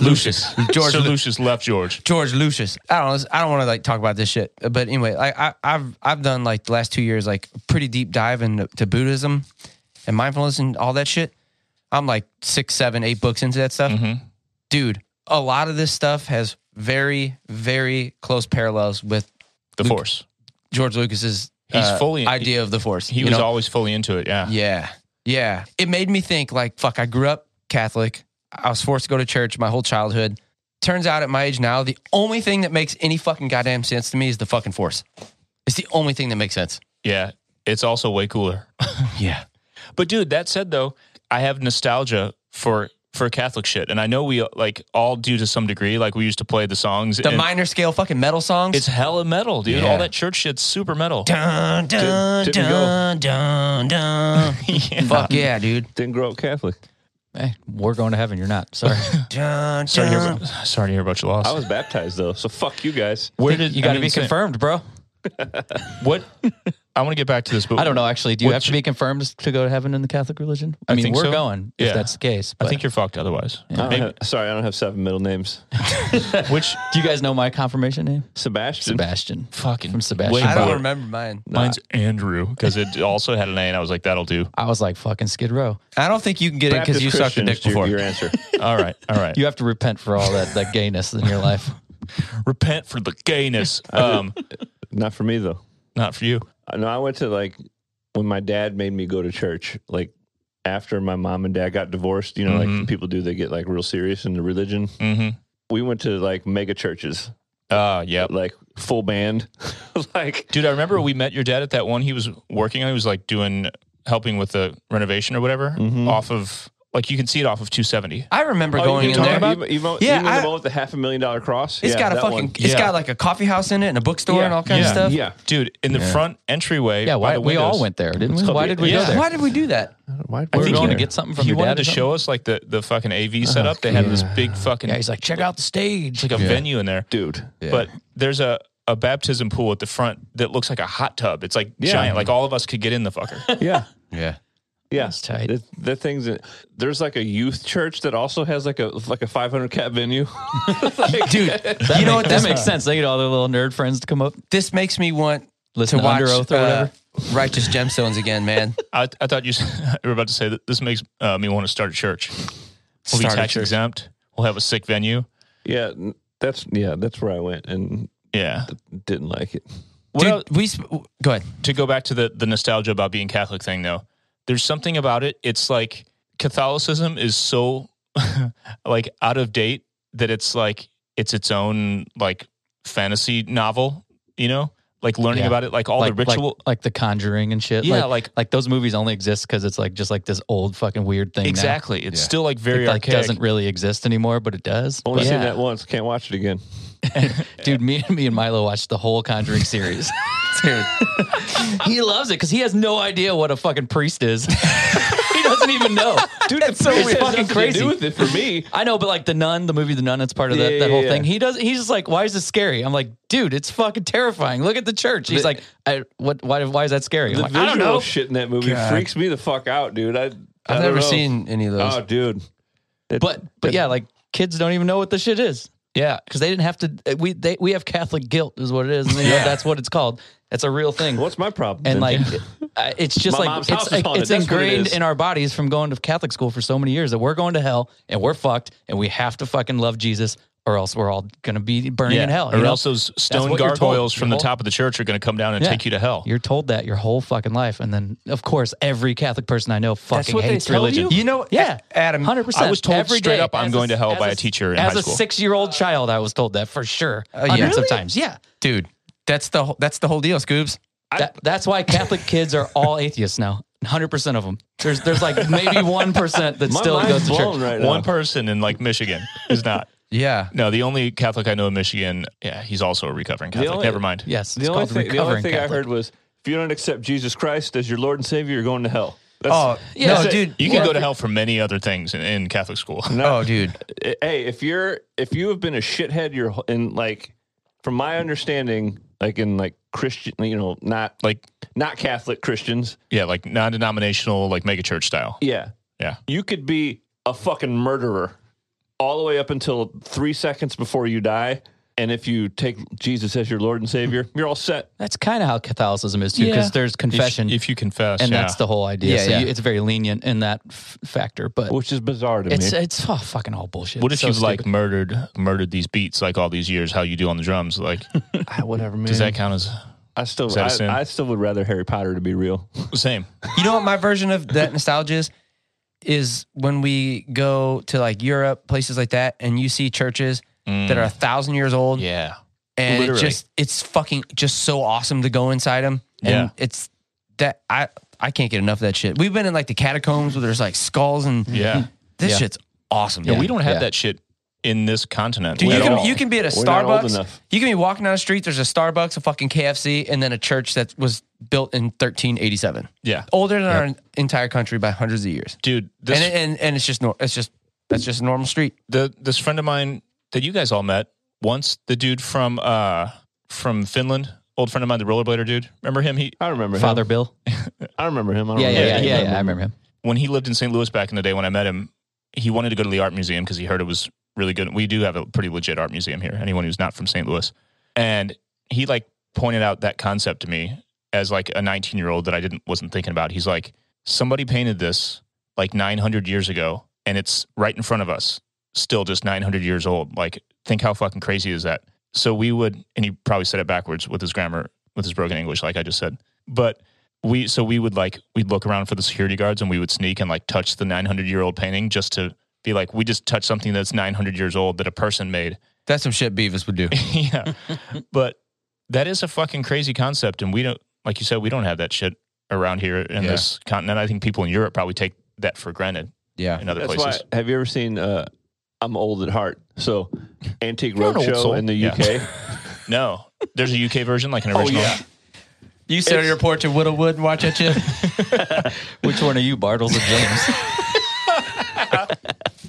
S2: Lucius,
S4: George
S2: Sir
S4: Lu-
S2: Lucius left George.
S4: George Lucius. I don't. know, I don't want to like talk about this shit. But anyway, like I, I've I've done like the last two years like a pretty deep dive into to Buddhism and mindfulness and all that shit. I'm like six, seven, eight books into that stuff,
S2: Mm-hmm.
S4: dude. A lot of this stuff has very, very close parallels with
S2: The
S4: Luke-
S2: Force.
S4: George Lucas's
S2: He's
S4: uh,
S2: fully-
S4: idea of the Force.
S2: He
S4: you
S2: was
S4: know?
S2: always fully into it. Yeah.
S4: Yeah. Yeah. It made me think like, fuck, I grew up Catholic. I was forced to go to church my whole childhood. Turns out at my age now, the only thing that makes any fucking goddamn sense to me is the fucking force. It's the only thing that makes sense.
S2: Yeah. It's also way cooler. *laughs*
S4: Yeah.
S2: But dude, that said though, I have nostalgia for for Catholic shit, and I know we like all do to some degree. Like we used to play the songs.
S4: The
S2: and
S4: minor scale fucking metal songs.
S2: it's hella metal, dude.
S4: Yeah.
S2: All that church shit's super metal.
S4: dun, dun,
S5: didn't go.
S4: dun, dun, dun.
S2: Yeah.
S4: Fuck *laughs* yeah, dude.
S5: Didn't grow up Catholic.
S3: Hey, we're Eh, going to heaven. You're not.
S5: *laughs*
S3: Sorry.
S4: Dun,
S2: Sorry, to hear,
S4: dun.
S2: about- sorry to hear about your loss.
S5: I was baptized though, so fuck you guys.
S2: Where did
S3: *laughs* you got to be
S2: confirmed?
S3: confirmed, bro.
S5: *laughs*
S2: What I want to get back to this, but
S3: I don't know. Actually, do you
S2: What
S3: have to
S2: you-
S3: be confirmed to go to heaven in the Catholic religion? I,
S2: I
S3: mean,
S2: think
S3: we're
S2: so.
S3: going if
S2: Yeah.
S3: that's the case.
S2: I
S3: but-
S2: think you're fucked otherwise.
S5: I don't
S2: Maybe-
S5: have- sorry, I don't have seven middle names.
S2: *laughs* which
S3: Do you guys know my confirmation name?
S5: Sebastian.
S3: Sebastian.
S2: fucking
S3: From Sebastian.
S2: way
S4: I don't
S2: more-
S4: remember mine.
S2: Mine's Andrew because it also had an A, and I was like, "That'll do."
S3: I was like fucking Skid Row.
S4: I don't think you can get it because
S5: Baptist
S4: you sucked a
S5: Christian
S4: dick
S5: is your-
S4: before.
S5: Your answer.
S2: All right, all right.
S3: *laughs* You have to repent for all that that gayness in
S2: *laughs*
S3: your life.
S2: repent for the gayness. Um,
S5: Not for me though.
S2: not for you.
S5: Uh, No, I went to like when my dad made me go to church. Like after my mom and dad got divorced, you know, like
S4: Mm-hmm.
S2: Mhm.
S5: people do, they get like real serious in the religion.
S2: Mm-hmm.
S5: We went to like mega churches,
S2: Uh, yeah,
S5: like full band, *laughs* like
S2: dude. I remember we met your dad at that one. He was working on. He was like doing helping with the renovation or whatever
S5: Mhm.
S2: off of like you can see it off of 270.
S4: I remember going in
S5: even,
S4: there.
S5: Even, even,
S4: Yeah,
S5: even the
S4: I-
S5: one with the half a million dollar cross.
S4: It's
S5: Yeah,
S4: got a
S5: that
S4: fucking.
S5: one.
S4: It's
S2: Yeah.
S4: got like a coffee house in it and a bookstore
S5: Yeah.
S4: and all kinds
S2: Yeah.
S4: of stuff.
S5: Yeah.
S2: Dude, in the front entryway.
S3: Yeah,
S2: by
S3: why
S2: the
S3: we all
S2: windows,
S3: went there, didn't we?
S5: called
S3: Why
S5: the-
S3: did we go
S2: Yeah.
S3: there?
S4: Why did we do that?
S5: Why
S3: We were
S5: did
S3: going
S5: you-
S3: to get something from
S2: He
S3: your dad.
S2: wanted to
S3: or something?
S2: show us like the the fucking AV setup. They had this big fucking.
S3: Yeah, he's like, check out the stage.
S2: it's like a venue in there.
S5: dude.
S2: but there's a, a baptism pool at the front that looks like a hot tub. It's like giant. Like all of us could get in the fucker. *laughs*
S5: Yeah.
S4: Yeah.
S5: Yeah,
S3: That's tight.
S5: The, the things that- there's like a youth church that also has like a like a 500 cat venue. *laughs* Like,
S4: Dude,
S3: That
S4: you know what
S3: make- That
S4: this
S3: makes
S4: makes?
S3: sense. They get all their little nerd friends to come up.
S4: This makes me want
S3: Listen
S4: to
S3: to
S4: watch
S3: Under Oath or
S4: uh,
S3: whatever.
S4: Righteous Gemstones again,
S3: *laughs*
S4: man.
S2: I, I thought you, s- *laughs* you were about to say that this makes uh, me want to start a church. We'll
S4: Start a
S2: be tax
S4: church.
S2: exempt. We'll have a sick venue.
S5: yeah, n- that's yeah, that's where I went and
S2: Yeah.
S5: didn't like it.
S2: What
S4: Dude,
S2: else-
S4: we sp- go ahead.
S2: to go back to the the nostalgia about being Catholic thing though, there's something about it. It's like Catholicism is so *laughs* like out of date that it's like it's its own like fantasy novel, you know? like learning
S3: Yeah.
S2: about it, like all
S3: like,
S2: the ritual.
S3: like, like the Conjuring and shit.
S2: Yeah,
S3: like
S2: like-
S3: like, those movies only exist because it's like just like this old fucking weird thing. now.
S2: exactly. It's
S8: Yeah.
S2: still like very
S3: It like
S2: archaic.
S3: doesn't really exist anymore, but it does.
S5: Only
S3: But-
S5: seen that once. Can't watch it again.
S3: Dude, me, me and Milo watched the whole Conjuring
S5: *laughs*
S3: series. Dude, he loves it because he has no idea what a fucking priest is. *laughs* he doesn't even know. Dude, it's so
S5: It
S3: *laughs*
S5: has
S3: fucking
S5: nothing
S3: crazy.
S5: To do with it for me.
S3: I know, but like the nun, the movie The Nun, it's part of that,
S5: Yeah,
S3: that
S5: yeah,
S3: whole
S5: yeah.
S3: thing. He does. He's just like, why is this scary? I'm like, dude, it's fucking terrifying. Look at the church. He's like, I, what? Why? Why is that scary? I'm *laughs*
S5: The
S3: like, I
S5: visual
S3: don't know.
S5: shit in that movie
S8: God.
S5: freaks me the fuck out, dude. I, I
S4: I've
S5: don't
S4: never
S5: know.
S4: seen any of those.
S5: Oh, dude.
S3: But but yeah, like kids don't even know what the shit is. Yeah, because they didn't have to. We they we have Catholic guilt is what it is. And they know that's what it's called. It's a real thing.
S5: What's my problem?
S3: and
S5: then?
S3: like *laughs* uh, it's just
S5: My
S3: like
S5: mom's
S3: it's,
S5: house is haunted.
S3: it's
S5: That's what it
S3: ingrained
S5: is.
S3: in our bodies from going to Catholic school for so many years that we're going to hell and we're fucked and we have to fucking love Jesus or else we're all gonna be burning in hell.
S2: or
S3: you know?
S2: else those stone
S3: what you're told,
S2: gargoyles from the
S3: you know?
S2: top of the church are going to come down and
S3: Yeah.
S2: take you to hell.
S3: You're told that your whole fucking life, and then of course every Catholic person I know fucking
S2: what they
S3: hates
S2: tell
S3: religion.
S4: You know,
S3: Yeah,
S4: Adam,
S3: hundred percent.
S2: I was told straight up I'm going to hell by a teacher in
S3: as
S2: high
S3: a
S2: school.
S3: six-year-old child. I was told that for sure,
S4: Oh, yeah.
S3: hundreds
S4: Really?
S3: of times. Yeah,
S4: dude, that's the whole- that's the whole deal, Scoobs.
S3: That, that's why Catholic kids are all atheists now. Hundred percent of them. There's there's like maybe one percent that
S5: my
S3: still goes
S5: mind's
S3: to
S5: blown
S3: church.
S5: right now.
S2: One person in like Michigan is not.
S4: Yeah,
S2: No, the only Catholic I know in Michigan, yeah, he's also a recovering Catholic.
S5: only-
S2: Never mind.
S3: Yes, it's
S5: the only
S3: called
S5: thing, the only
S3: recovering
S5: thing I
S3: Catholic.
S5: heard was if you don't accept Jesus Christ as your Lord and Savior, you're going to hell.
S4: Oh,
S3: Yeah.
S4: no,
S3: That's
S4: dude.
S2: You can go to hell for many other things in, in Catholic school.
S4: No, dude.
S5: eh, hey, if you're if you have been a shithead your wh- in like from my understanding, like in like Christian, you know, not
S2: like,
S5: not Catholic Christians,
S2: *laughs* yeah, like non-denominational, like megachurch style.
S5: yeah,
S2: Yeah.
S5: you could be a fucking murderer all the way up until three seconds before you die. And if you take Jesus as your Lord and Savior, you're all set.
S3: That's kind of how Catholicism is too, because
S2: Yeah.
S3: there's confession,
S2: If, if you confess,
S3: and
S2: yeah.
S3: that's the whole idea.
S4: Yeah,
S3: so You,
S4: yeah.
S3: it's very lenient in that f- factor, but
S5: which is bizarre to me.
S3: it's it's oh, fucking all bullshit.
S2: What if
S3: It's so
S2: you've like
S3: stupid.
S2: murdered murdered these beats like all these years? How you do on the drums? Like,
S5: Ah, whatever, man.
S2: does that count as
S5: I still,
S2: that a sin?
S5: I, I still would rather Harry Potter to be real.
S2: same?
S4: You know what my version of
S3: *laughs*
S4: that nostalgia is? Is when we go to like Europe, places like that, and you see churches
S3: Mm.
S4: that are a thousand years old,
S2: Yeah,
S4: and it
S2: literally.
S4: just it's fucking just so awesome to go inside them. And
S2: Yeah.
S4: it's that I I can't get enough of that shit. We've been in like the catacombs where there's like skulls
S2: *laughs*
S4: and
S2: yeah.
S4: this
S3: Yeah.
S4: shit's awesome.
S2: Yeah,
S4: dude.
S2: we don't have that shit in this continent.
S4: Dude, you
S2: at
S4: can
S2: all.
S4: you can be at a
S5: We're not old
S4: Starbucks.
S5: enough.
S4: You can be walking down the street. There's a Starbucks, a fucking KFC, and then a church that was built in 1387.
S2: yeah,
S4: Older than our entire country by hundreds of years.
S2: dude. This
S4: Oh. and, and and it's just nor- it's just that's just a normal street.
S2: the this friend of mine that you guys all met once, the dude from uh from Finland, old friend of mine, the rollerblader dude. Remember him? He
S5: I remember
S3: Father
S5: him.
S3: Bill?
S5: I remember him. I don't
S3: Yeah, yeah,
S5: remember
S3: yeah,
S5: his
S3: yeah,
S5: name.
S3: yeah. I remember him.
S2: when he lived in St. Louis back in the day when I met him, he wanted to go to the art museum because he heard it was really good. We do have a pretty legit art museum here. Anyone who's not from St. Louis, and he like pointed out that concept to me as like a 19 year old that I didn't wasn't thinking about. He's like, somebody painted this like 900 years ago, and it's right in front of us, still just 900 years old. Like, think how fucking crazy is that? So we would, and he probably said it backwards with his grammar, with his broken English, like I just said, but we so we would like we'd look around for the security guards and we would sneak and like touch the 900 year old painting just to be like we just touched something that's 900 years old that a person made *laughs*
S4: That's some shit Beavis would do.
S2: yeah but that is a fucking crazy concept and we don't like you said we don't have that shit around here in
S4: Yeah.
S2: this continent i think people in europe probably take that for granted
S4: Yeah,
S2: in other
S5: That's
S2: places
S5: why. Have you ever seen? Uh, I'm old at heart. So, Antique
S2: You're an old soul.
S5: Roadshow in the
S2: Yeah.
S5: UK. *laughs*
S2: no there's a uk version like an original
S4: you sit on your porch at Whittlewood and watch that shit.
S3: *laughs*
S5: *laughs*
S3: Which one are you, Bartles or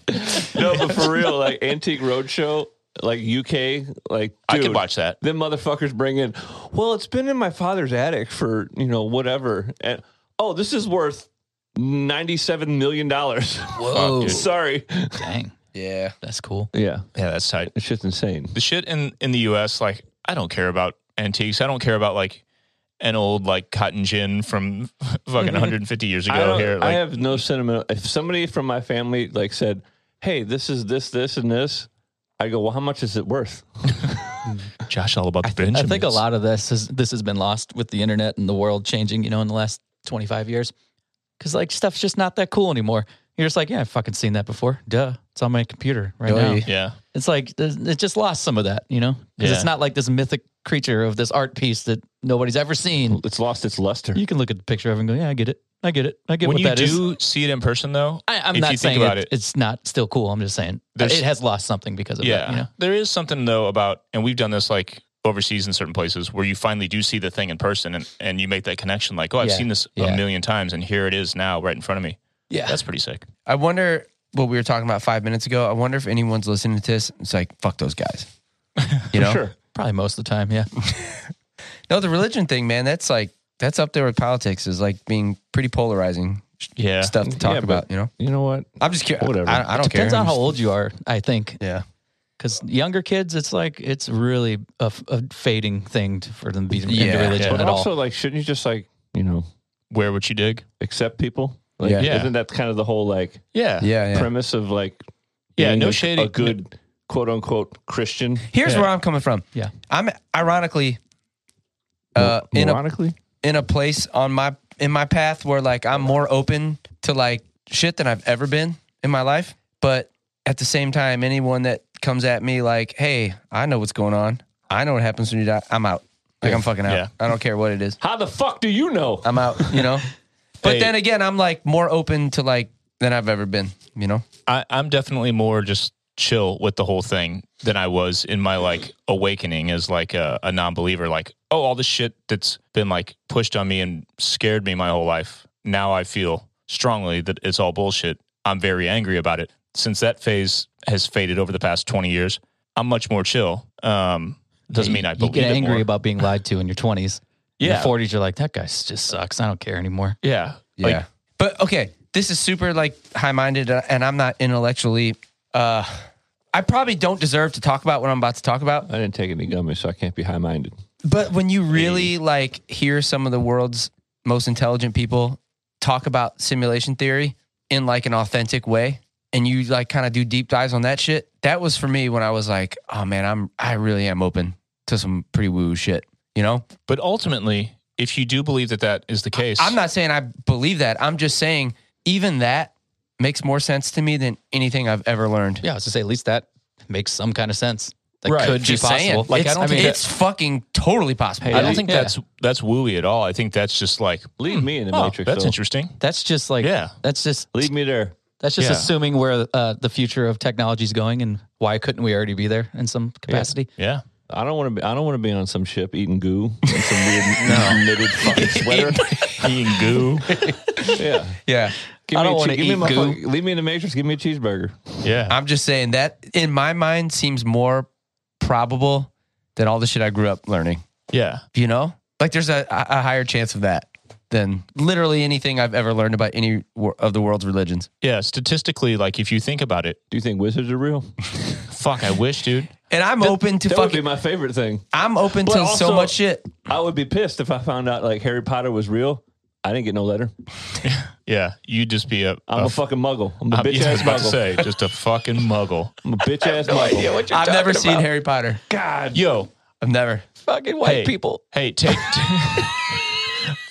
S3: James?
S5: no, but for real, like Antique Roadshow, like UK, like dude,
S2: i could watch that
S5: Them motherfuckers bring in. Well, it's been in my father's attic for you know whatever, and oh, this is worth ninety-seven million dollars. *laughs*
S3: Whoa.
S5: Sorry.
S3: Dang.
S4: yeah,
S3: That's cool.
S5: Yeah,
S2: yeah that's tight
S5: it's just insane.
S2: the shit in in the U.S. Like I don't care about antiques. I don't care about like an old like cotton gin from *laughs*
S3: Mm-hmm.
S2: fucking 150 years
S5: I,
S2: ago
S5: don't-
S2: here.
S5: I
S2: Like
S5: have no sentiment. If somebody from my family like said, "Hey, this is this, this, and this," I go, "Well, how much is it worth?"
S2: Josh, all about the
S3: I
S2: Benjamins.
S3: think a lot of this is this has been lost with the internet and the world changing, you know, in the last 25 years. Cuz like stuff's just not that cool anymore. You're just like, yeah, I've fucking seen that before. Duh. It's on my computer right
S4: Duh.
S3: now.
S2: Yeah,
S3: It's like there's- it just lost some of that, you know? Cuz
S2: Yeah.
S3: it's not like this mythic creature of this art piece that nobody's ever seen.
S5: It's lost its luster.
S3: You can look at the picture of it and go, yeah, I get it. I get it. I get
S2: when
S3: what
S2: you
S3: that is.
S2: do see it in person, though,
S3: I, I'm
S2: if
S3: not
S2: you
S3: saying
S2: think about it,
S3: it- it's not still cool. I'm just saying uh,
S2: There's-
S3: it has lost something because of
S2: yeah,
S3: that. You know?
S2: there is something though about, and we've done this like overseas in certain places where you finally do see the thing in person and, and you make that connection like, oh, I've
S3: Yeah.
S2: seen this
S3: Yeah.
S2: a million times and here it is now right in front of me.
S3: Yeah.
S2: That's pretty sick.
S4: I wonder what we were talking about five minutes ago. I wonder if anyone's listening to this. It's like fuck those *laughs* guys. You know,
S5: Sure.
S3: Probably most of the time. Yeah.
S4: no, the religion thing, man. That's like that's up there with politics. Is like being pretty polarizing sh-
S2: Yeah.
S4: stuff to talk
S5: Yeah, but-
S4: about. You know,
S5: You know what?
S4: I'm just curious.
S5: Whatever.
S4: I, I don't
S3: Depends
S4: care. I'm
S3: on how
S4: just-
S3: old you are, I think.
S4: Yeah.
S3: Because younger kids, it's like, it's really a, f- a fading thing to, for them to be
S4: Yeah.
S3: into religion
S5: But
S3: at
S5: also,
S3: all.
S5: like, shouldn't you just like you know
S2: Where would you dig?
S5: accept people? Like,
S4: Yeah.
S2: Yeah.
S5: Isn't that kind of the whole like
S2: Yeah.
S4: Yeah, yeah.
S5: premise of like
S2: Yeah,
S5: being
S2: no
S5: a,
S2: shade-
S5: a good quote unquote Christian?
S4: Here's
S2: Yeah.
S4: where I'm coming from.
S3: Yeah.
S4: I'm ironically uh, in a
S5: Ironically,
S4: in a place on my in my path where like I'm more open to like shit than I've ever been in my life. But at the same time, anyone that comes at me like, "Hey, I know what's going on. I know what happens when you die. I'm out. Like I'm fucking out.
S2: Yeah.
S4: I don't care what it is.
S5: how the fuck do you know?
S4: I'm out. You
S2: *laughs*
S4: know." but
S2: Hey.
S4: then again, I'm like more open to like than I've ever been. You know.
S2: I, I'm definitely more just chill with the whole thing than I was in my like awakening as like a, a non-believer. Like, oh, all the shit that's been like pushed on me and scared me my whole life. Now I feel strongly that it's all bullshit. I'm very angry about it. Since that phase has faded over the past 20 years, I'm much more chill. Um, doesn't mean I
S3: you
S2: believe
S3: get
S2: it
S3: angry
S2: more.
S3: about being lied to in your 20s. In your
S2: Yeah.
S3: 40s, you're like, that guy just sucks. I don't care anymore.
S2: yeah,
S4: Yeah.
S2: Like,
S4: but okay, this is super like high minded, and I'm not intellectually. Uh, I probably don't deserve to talk about what I'm about to talk about.
S5: I didn't take any gummies, so I can't be high minded.
S4: But when you really like hear some of the world's most intelligent people talk about simulation theory in like an authentic way, and you like kind of do deep dives on that shit, that was for me when I was like, oh man, I'm I really am open to some pretty woo shit. You know,
S2: but ultimately, if you do believe that that is the case,
S4: I'm not saying I believe that. I'm just saying even that makes more sense to me than anything I've ever learned.
S3: Yeah. I was to say, at least that makes some kind of sense. That
S2: Right.
S3: could be
S4: Just
S3: possible.
S4: saying.
S3: Like,
S4: it's,
S3: I don't think
S4: it's fucking totally possible.
S2: I don't think
S3: Yeah.
S2: that's that's wooey at all. I think that's just like
S5: Leave me in the
S2: oh,
S5: matrix.
S2: that's
S5: though.
S2: interesting.
S3: that's just like,
S2: Yeah.
S3: that's just
S5: Leave me there.
S3: That's just
S2: Yeah.
S3: assuming where uh, the future of technology is going, and why couldn't we already be there in some capacity?
S2: Yeah.
S5: I don't want to be. I don't want to be on some ship eating goo in some
S2: *laughs*
S5: weird knitted fucking sweater.
S2: Eating goo.
S5: yeah.
S4: Yeah.
S5: Give
S3: I don't wanna
S5: che- give me
S3: eat
S5: my
S3: goo.
S5: fucking- leave me in the matrix. Give me a cheeseburger.
S2: Yeah.
S4: I'm just saying that in my mind seems more probable than all the shit I grew up learning.
S2: Yeah.
S4: You know, like there's a, a higher chance of that than literally anything I've ever learned about any wor- of the world's religions.
S2: Yeah. Statistically, like if you think about it,
S5: Do you think wizards
S2: *laughs*
S5: are real?
S2: fuck, I wish, dude.
S4: And I'm open to
S5: That would be
S4: fucking.
S5: my favorite thing.
S4: I'm open
S5: But
S4: to so
S5: also-
S4: much shit.
S5: I would be pissed if I found out like Harry Potter was real. I didn't get no letter.
S2: Yeah. You'd just be a.
S5: I'm a fucking muggle. I'm a bitch
S2: yeah, I
S5: ass
S2: was about to
S5: muggle.
S2: say, just a fucking muggle.
S5: I'm a bitch ass muggle.
S4: I've never seen Harry Potter.
S2: Yo,
S4: I've never.
S3: Fucking white
S2: Hey.
S3: people.
S2: hey, take. *laughs*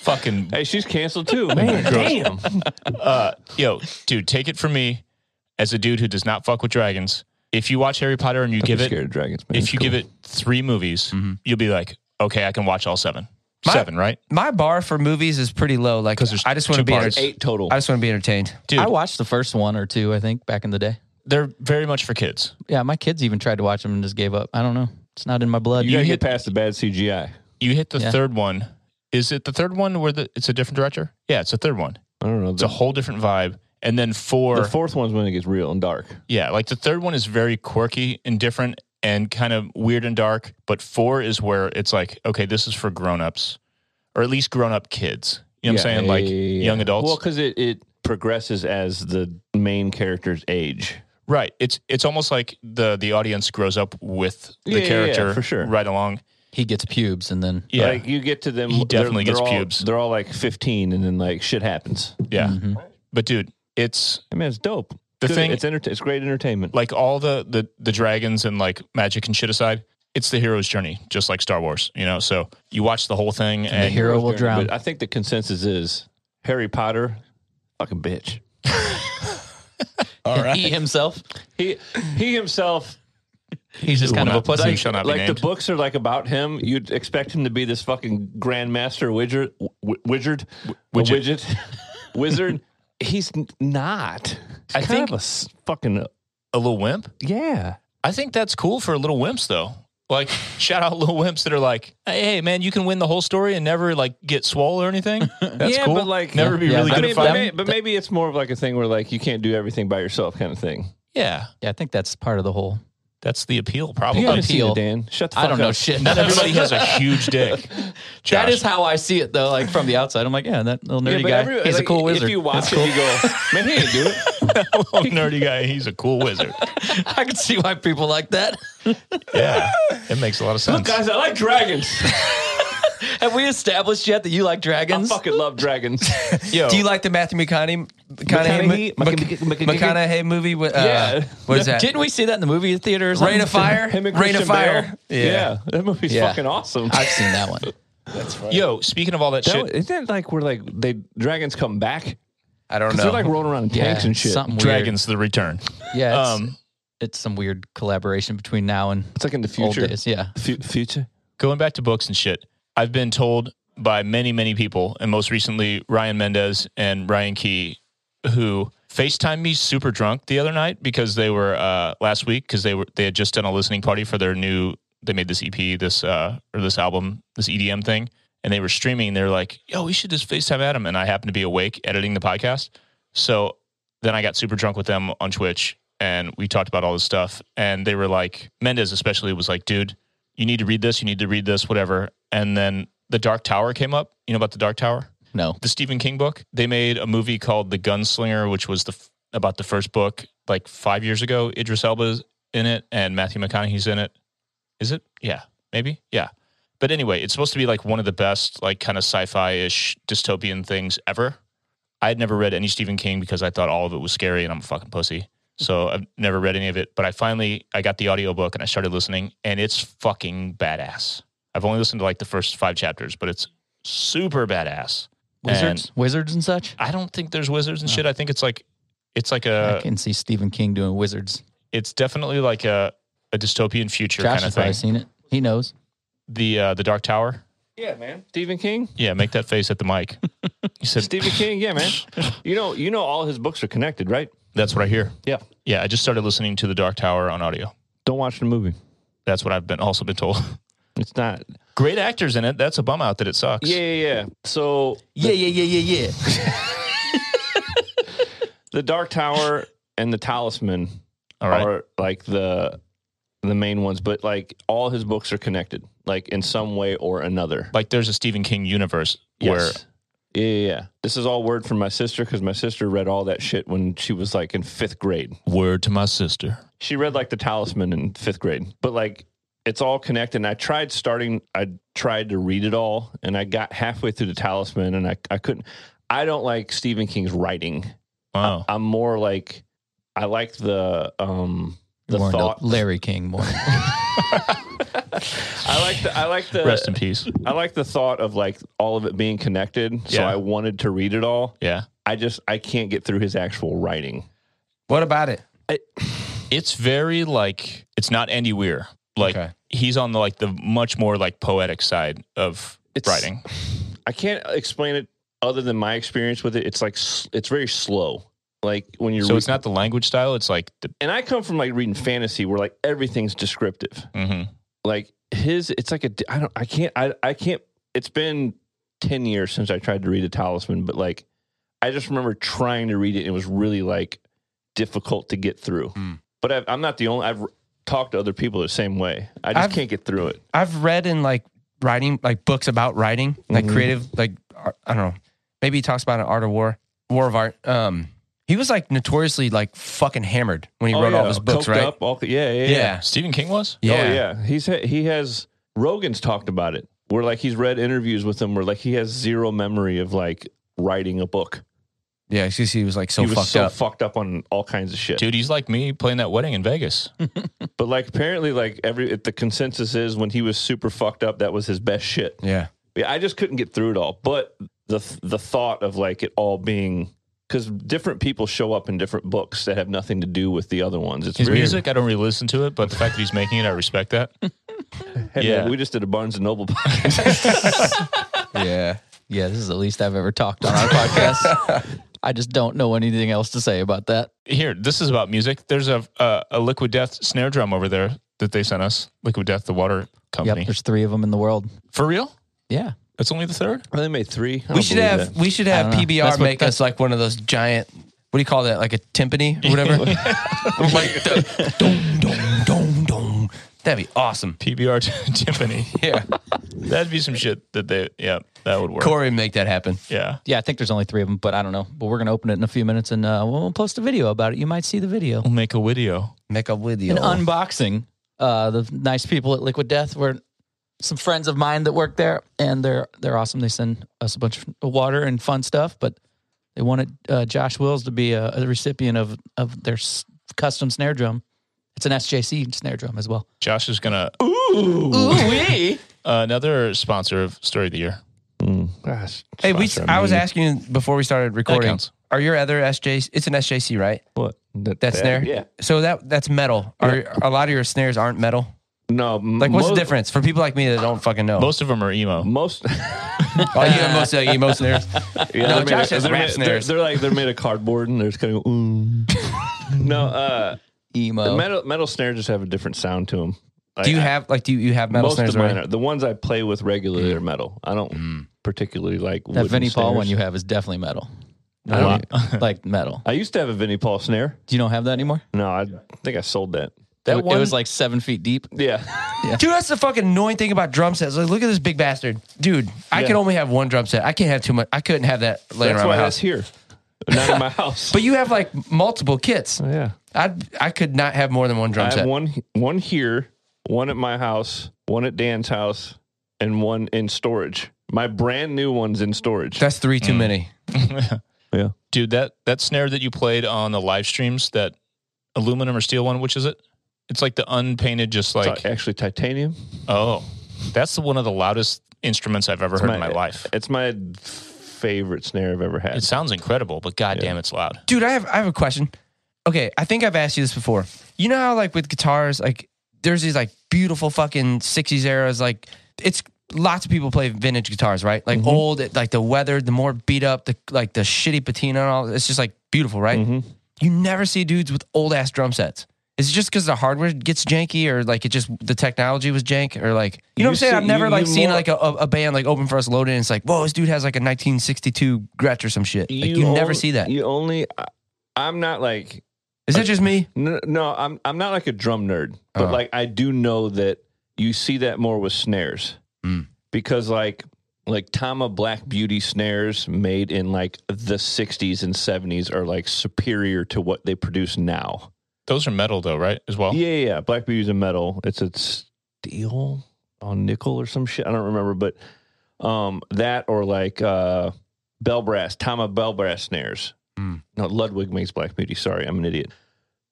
S2: fucking. uh,
S5: Hey, she's
S2: *laughs*
S5: canceled too. Man, damn.
S2: Yo, dude, take it from me as a dude who does not fuck with dragons. If you watch Harry Potter and you give
S5: I'm
S2: it,
S5: scared Mm-hmm. of dragons, man.
S2: if you give it three movies, you'll be like, okay, I can watch all seven.
S4: My-
S2: seven, right?
S4: My bar for movies is pretty low. Like
S2: there's
S4: I just want to
S2: two
S4: be.
S2: parts.
S4: enter-
S5: eight total.
S4: I just want to be entertained.
S2: Dude,
S3: I watched the first one or two, I think, back in the day.
S2: they're very much for kids.
S3: Yeah, my kids even tried to watch them and just gave up. I don't know. It's not in my blood.
S5: you gotta
S2: hit-
S5: get past the bad CGI.
S2: You hit the
S3: Yeah.
S2: third one. Is it the third one where the it's a different director? Yeah, it's the third one.
S5: I don't know.
S2: It's a
S5: The,
S2: whole different vibe. And then four,
S5: the fourth one's when it gets real and dark.
S2: yeah, like the third one is very quirky and different and kind of weird and dark. But four is where it's like, okay, this is for grown-ups or at least grown-up kids. You know what I'm saying? like young adults.
S5: Well, because it, it progresses as the main character's age.
S2: right. It's it's almost like the the audience grows up with the
S5: Yeah, yeah, yeah,
S2: character
S5: for sure.
S2: right along.
S3: he gets pubes, and then
S2: Yeah.
S5: Like you get to them.
S2: He
S5: they're-
S2: definitely
S5: they're
S2: gets
S5: all-
S2: pubes.
S5: They're all like 15, and then like shit happens.
S2: yeah.
S5: mm-hmm.
S2: But dude, it's
S5: I mean, it's dope.
S2: The
S5: Good-
S2: thing-
S5: it's enter- it's great entertainment.
S2: like all the the the dragons and like magic and shit aside, it's the hero's journey, just like Star Wars, you know. So you watch the whole thing, and,
S3: the hero will drown.
S5: But I think the consensus is Harry Potter, fucking bitch.
S3: He himself.
S5: He he himself
S3: He's just kind of a pussy.
S2: Who shall not be
S5: like
S2: named.
S5: the books are like about him. You'd expect him to be this fucking grandmaster widger, w- wizard,
S2: widget.
S5: widget, *laughs* wizard. He's n- not.
S2: I
S5: Kind
S2: think-
S5: of a s- fucking uh,
S2: a little wimp.
S5: yeah.
S2: I think that's cool for little wimps though. Like *laughs* shout out little wimps that are like, hey, hey, man, you can win the whole story and never like get swole or anything. That's
S5: yeah,
S2: cool.
S5: but like
S2: never be
S3: Yeah,
S2: really
S5: I
S2: good
S5: mean,
S2: at
S5: but,
S2: fighting.
S5: may, but maybe it's more of like a thing where like you can't do everything by yourself, kind of thing.
S2: yeah,
S3: yeah, I think that's part of the whole.
S2: that's the appeal. Probably.
S3: Yeah.
S5: I see you,
S3: Appeal.
S5: Dan. Shut the fuck
S3: I don't know
S5: up.
S3: shit. *laughs*
S2: Not everybody has a huge dick.
S3: That
S2: Josh. *laughs*
S3: is how I see it though. Like from the outside, I'm like, yeah, that little nerdy
S5: but
S3: guy.
S5: every-
S3: he's
S5: like,
S3: a cool wizard.
S5: If you watch it, you go, man, he didn't do it.
S2: Oh, nerdy guy. He's a cool wizard.
S3: *laughs* I can see why people like
S5: *laughs*
S3: that.
S2: Yeah, it makes a lot of sense.
S5: *laughs* Guys, I like dragons.
S3: Have we established yet that you like
S5: I
S3: dragons?
S5: fucking love *laughs* dragons.
S2: Yo,
S4: Do you like the Matthew McConaughey McConaughey,
S5: McConaughey?
S4: Mc-
S5: Mc-
S4: McConaughey movie? With, uh,
S5: Yeah.
S4: What is that?
S3: Didn't we see that in the movie theater? Or something?
S4: Rain of Fire?
S5: Him and
S4: Rain of
S5: Christian
S4: Fire.
S5: Bale. Yeah. that movie's
S4: Yeah.
S5: fucking awesome.
S3: I've seen that one.
S2: yo. Speaking of all that,
S5: That,
S2: shit,
S5: isn't it like where like they dragons come back?
S4: I don't
S5: 'Cause
S4: know.
S5: They're like rolling around in
S3: Yeah,
S5: tanks and shit.
S3: Something weird.
S2: Dragons: The Return.
S3: Yeah, it's,
S2: Um,
S3: it's some weird collaboration between now and
S5: It's like in the
S3: old
S5: future.
S3: days. Yeah,
S5: Fu- future.
S2: going back to books and shit, I've been told by many, many people, and most recently Ryan Mendez and Ryan Key, who FaceTimed me super drunk the other night because they were uh, last week because they were they had just done a listening party for their new they made this EP this uh, or this album this EDM thing and they were streaming. They're like, "Yo, we should just FaceTime Adam," and I happened to be awake editing the podcast, so then I got super drunk with them on Twitch and we talked about all this stuff. And they were like, Mendez especially was like, dude, you need to read this, you need to read this, whatever. And then The Dark Tower came up. You know about The Dark Tower?
S3: no.
S2: The Stephen King book. They made a movie called The Gunslinger, which was the f- about the first book like five years ago. Idris Elba's in it and Matthew McConaughey's in it. Is it? Yeah, maybe. Yeah. But anyway, it's supposed to be like one of the best, like kind of sci-fi ish dystopian things ever. I had never read any Stephen King because I thought all of it was scary and I'm a fucking pussy. So I've never read any of it. But I finally I got the audiobook and I started listening and it's fucking badass. I've only listened to like the first five chapters, but it's super badass.
S3: Wizards, wizards and such.
S2: I don't think there's wizards and shit. I think it's like it's like
S3: I
S2: a
S3: can see Stephen King doing wizards.
S2: it's definitely like a a dystopian future kind
S3: Josh
S2: of
S3: has
S2: thing.
S3: probably seen it. He knows.
S2: The uh, the Dark Tower.
S5: Yeah, man. Stephen King.
S2: Yeah, make that face at the
S5: *laughs*
S2: mic. You said
S5: Stephen King. Yeah, *laughs* man. You know, you know, all his books are connected, right?
S2: that's what I hear.
S5: Yeah.
S2: Yeah, I just started listening to the Dark Tower on audio.
S5: Don't watch the movie.
S2: That's what I've been also been told. *laughs*
S5: It's not.
S2: Great actors in it. That's a bum out that it sucks.
S5: Yeah, yeah, yeah. So
S3: Yeah, yeah, yeah, yeah, yeah.
S5: *laughs* the Dark Tower and the Talisman
S2: All right.
S5: are like the the main ones, but like all his books are connected, like in some way or another.
S2: Like there's a Stephen King universe where
S5: yeah, yeah, yeah. This is all word from my sister because my sister read all that shit when she was like in fifth grade.
S2: word to my sister.
S5: She read like the Talisman in fifth grade, but like it's all connected. And I tried starting, I tried to read it all, and I got halfway through the Talisman, and I I couldn't. I don't like Stephen King's writing.
S2: Wow.
S5: I'm more like I like the um the
S3: More no-
S5: thought.
S3: Larry King
S2: *laughs*
S3: more.
S5: *laughs* I like the I like the
S2: Rest in peace.
S5: I like the thought of like all of it being connected. So
S2: Yeah.
S5: I wanted to read it all.
S2: Yeah.
S5: I just I can't get through his actual writing.
S4: what about it?
S2: It's very like it's not Andy Weir. Like
S4: Okay.
S2: he's on the like the much more like poetic side of
S5: It's-
S2: writing.
S5: I can't explain it other than my experience with it. It's like s- it's very slow. Like when you're
S2: So it's not the language style. It's like the
S5: and I come from like reading fantasy where like everything's descriptive.
S2: mhm.
S5: Like his it's like a di- I don't I can't I I can't it's been 10 years since I tried to read a talisman but like I just remember trying to read it and it was really like difficult to get through.
S4: Hmm.
S5: But I've, I'm not the only I've talked to other people the same way. I just
S4: I've-
S5: can't get through it.
S4: I've read in like writing, like books about writing, like
S5: Mhm.
S3: Mm-hmm.
S4: creative, like ar- I don't know. Maybe he talks about an art of war, war of art. Um, he was like notoriously like fucking hammered when he
S5: Oh,
S4: wrote all
S5: yeah.
S4: his books,
S5: Coked
S4: right?
S5: up, all- yeah, yeah, yeah.
S4: Yeah.
S2: Stephen King was.
S5: Oh
S4: Yeah.
S5: yeah, he's ha- he has Rogan's talked about it. Where like he's read interviews with him where like he has zero memory of like writing a book.
S4: Yeah, Because he was like so
S5: he was
S4: fucked
S5: so
S4: up.
S5: fucked up on all kinds of shit.
S2: Dude, he's like me playing that wedding in Vegas.
S5: But like apparently like every it, the consensus is when he was super fucked up that was his best shit. *laughs*
S4: yeah.
S5: Yeah, I just couldn't get through it all. But the th- the thought of like it all being because different people show up in different books that have nothing to do with the other ones. It's
S2: His
S5: weird.
S2: music, I don't really listen to it, but the fact that he's making it, I respect that. *laughs*
S5: Hey,
S2: yeah.
S5: man, we just did a Barnes
S4: *laughs*
S5: and Noble podcast. *laughs*
S4: Yeah.
S3: Yeah, this is the least I've ever talked on our podcast.
S2: *laughs*
S3: I just don't know anything else to say about that.
S2: Here, this is about music. There's a a, a Liquid Death snare drum over there that they sent us. Liquid Death, the water company.
S3: Yep, there's three of them in the world.
S2: For real?
S3: Yeah.
S2: It's only the third.
S5: they made three. I
S4: We
S5: don't
S4: should
S5: believe
S4: have
S5: that.
S4: we should have
S3: don't know. That's
S4: PBR
S3: what-
S4: make us like one of those giant what do you call that? Like a timpani or
S5: *laughs*
S4: whatever? *laughs* like the- dum, dum, dum, dum. That'd be awesome.
S2: PBR *laughs* Tiffany.
S4: Yeah.
S2: That'd be some shit that they. Yeah, that would work.
S4: Corey make that happen.
S2: Yeah.
S3: Yeah, I think there's only three of them, but I don't know. But we're going to open it in a few minutes and uh, we'll post a video about it. You might see the video.
S2: We'll make a video.
S4: Make up with you.
S3: An unboxing. Uh, the nice people at Liquid Death were some friends of mine that work there, and they're they're awesome. They send us a bunch of water and fun stuff, but they wanted uh, Josh Wills to be a, a recipient of of their s- custom snare drum. It's an SJC snare drum as well.
S2: Josh is gonna
S3: Ooh wee!
S2: *laughs* another sponsor of Story of the Year.
S5: Gosh,
S4: hey, we
S5: sponsor
S4: I was
S5: me.
S4: asking you before we started recording.
S2: counts.
S4: Are your other SJs it's an SJC, right?
S5: what that,
S4: That snare?
S5: Yeah,
S4: So that that's metal. Are a lot of your snares aren't metal?
S5: no. m-
S4: Like what's
S5: most,
S4: the difference for people like me that don't fucking know?
S2: Most of them are emo.
S4: *laughs*
S5: Most
S4: oh, you know most like emo snares.
S5: *laughs* Yeah,
S4: No,
S5: they're made
S4: Josh
S5: of-
S4: has
S5: they're
S4: rap
S5: made- they're-
S4: snares.
S5: They're, like they're made of cardboard and they're just kind of ooh. *laughs* no. Uh,
S3: Emo.
S5: metal metal snares just have a different sound to them.
S4: Oh. Do you have like do you, you have metal
S5: most
S4: snares
S5: of mine
S4: already?
S5: are the ones I play with regularly are metal. I don't particularly like
S3: that
S5: wooden
S3: Vinnie Paul
S5: snares.
S3: one you have is definitely metal,
S5: I,
S3: *laughs*
S5: don't-
S3: like metal.
S5: I used to have a Vinnie Paul snare.
S3: Do you don't have that anymore?
S5: No, I think I sold that.
S3: it, it was like seven feet deep.
S5: Yeah,
S4: Dude, that's the fucking annoying thing about drum sets. Like, look at this big bastard, dude. I
S5: Yeah.
S4: can only have one drum set. I can't have too much. I couldn't have that laying
S5: that's
S4: around
S5: why
S4: my
S5: that's
S4: house.
S5: here, not in my *laughs* house.
S4: But you have like multiple kits.
S5: yeah,
S4: I I could not have more than one
S5: I
S4: drum
S5: have
S4: set.
S5: one one here, one at my house, one at Dan's house, and one in storage. My brand new one's in storage.
S4: That's three too many.
S5: yeah.
S2: Dude, that that snare that you played on the live streams, that aluminum or steel one, which is it? It's like the unpainted, just
S5: It's uh,
S2: like
S5: actually titanium.
S2: oh, that's the- one of the loudest instruments I've ever heard in my life.
S5: It's my favorite snare I've ever had.
S2: It sounds incredible, but goddamn, it's loud.
S4: Dude, I have I have a question. Okay, I think I've asked you this before. You know how like with guitars, like there's these like beautiful fucking sixties eras, like it's lots of people play vintage guitars, right?
S5: Mm-hmm.
S4: Like old, it- like the weathered, the more beat up, the like the shitty patina and all it's just like beautiful, right?
S5: Mm-hmm.
S4: You never see dudes with old ass drum sets. Is it just because the hardware gets janky or like it just the technology was jank or like you know what I'm
S5: You
S4: saying?
S5: see-
S4: I've never
S5: you-
S4: like
S5: you
S4: seen
S5: more-
S4: like a, a band like open for us loaded and it's like, whoa, this dude has like a 1962 Gretsch or some shit. Like you, never
S5: on-
S4: see that.
S5: You only. I, I'm not like
S4: Is that just me?
S5: no, no. I'm I'm not like a drum nerd, but like I do know that you see that more with snares because like like Tama Black Beauty snares made in like the 60s and 70s are like superior to what they produce now.
S2: Those are metal though, right? As well.
S5: Yeah, yeah, yeah. Black Beauty's a metal. It's a steel on nickel or some shit. I don't remember, but um that or like uh bell brass, Tama bell brass snares. No, Ludwig makes Black Beauty. Sorry, I'm an idiot.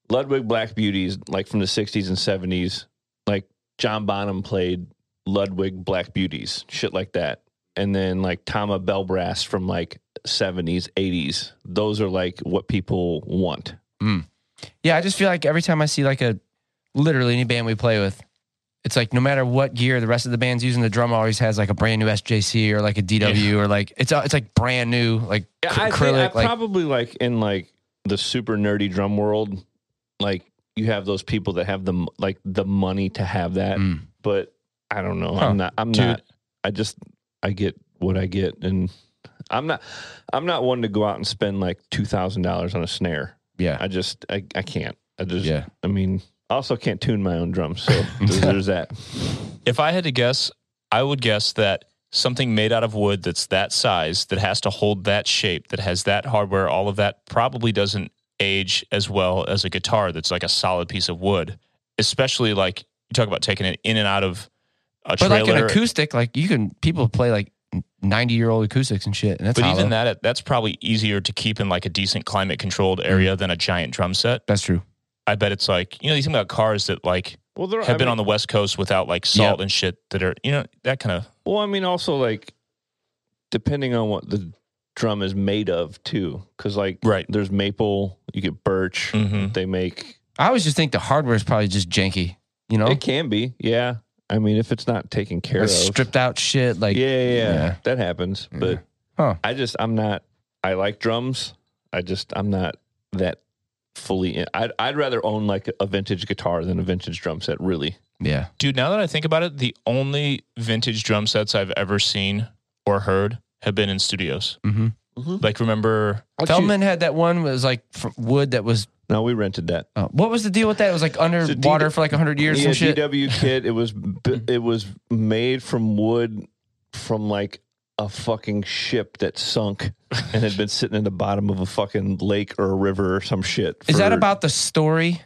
S5: Ludwig Black Beauties, like from the 60s and 70s, like John Bonham played Ludwig Black Beauties, shit like that. And then like Tama Bell Brass from like 70s, 80s. Those are like what people want.
S4: Yeah, I just feel like every time I see like a literally any band we play with, it's like no matter what gear the rest of the band's using, the drummer always has like a brand new SJC or like a DW or like it's uh, it's like brand new like
S5: Yeah,
S4: acrylic.
S5: I, think I
S4: like,
S5: probably like in like the super nerdy drum world, like you have those people that have the m- like the money to have that,
S4: Mm.
S5: but I don't know.
S2: Huh.
S5: I'm not. I'm
S2: Dude.
S5: not. I just I get what I get, and I'm not. I'm not one to go out and spend like two thousand dollars on a snare.
S4: yeah,
S5: I just I, I can't. I just
S4: Yeah.
S5: I mean, I also can't tune my own
S2: *laughs*
S5: drums, so there's, there's that.
S2: If I had to guess, I would guess that something made out of wood that's that size, that has to hold that shape, that has that hardware, all of that probably doesn't age as well as a guitar that's like a solid piece of wood, especially like you talk about taking it in and out of a
S4: but
S2: trailer.
S4: like an acoustic, like you can people play like ninety year old acoustics and shit, and that's
S2: but
S4: hollow.
S2: even that, that's probably easier to keep in like a decent climate controlled area than a giant drum set.
S4: that's true.
S2: I bet it's like, you know, you think about cars that like
S5: Well, there
S2: have been on the West Coast without like salt and shit that are, you know, that kind of
S5: Well, I mean, also like depending on what the drum is made of too, because like
S2: Right.
S5: there's maple, you get birch.
S4: Mm-hmm.
S5: They make
S4: I always just think the hardware is probably just janky. You know,
S5: it can be, yeah. I mean, if it's not taken care
S4: like
S5: of,
S4: stripped out shit. Like
S5: yeah, yeah, yeah,
S4: Yeah.
S5: that happens. But
S4: Huh.
S5: I just I'm not. I like drums. I just I'm not that fully. In, I'd I'd rather own like a vintage guitar than a vintage drum set. Really,
S4: yeah.
S2: Dude, now that I think about it, the only vintage drum sets I've ever seen or heard have been in studios.
S5: Mm-hmm.
S4: Mhm.
S2: Like, remember,
S4: Feldman had that one was like fr- wood that was.
S5: no, we rented that.
S4: Uh, what was the deal with that? It was like underwater for like hundred years.
S5: yeah,
S4: some shit.
S5: DW kit. It
S4: *laughs*
S5: was bu- it was made from wood from like a fucking ship that sunk and had been sitting in the bottom of a fucking lake or a river or some shit.
S4: Is that
S5: for-
S4: about the story,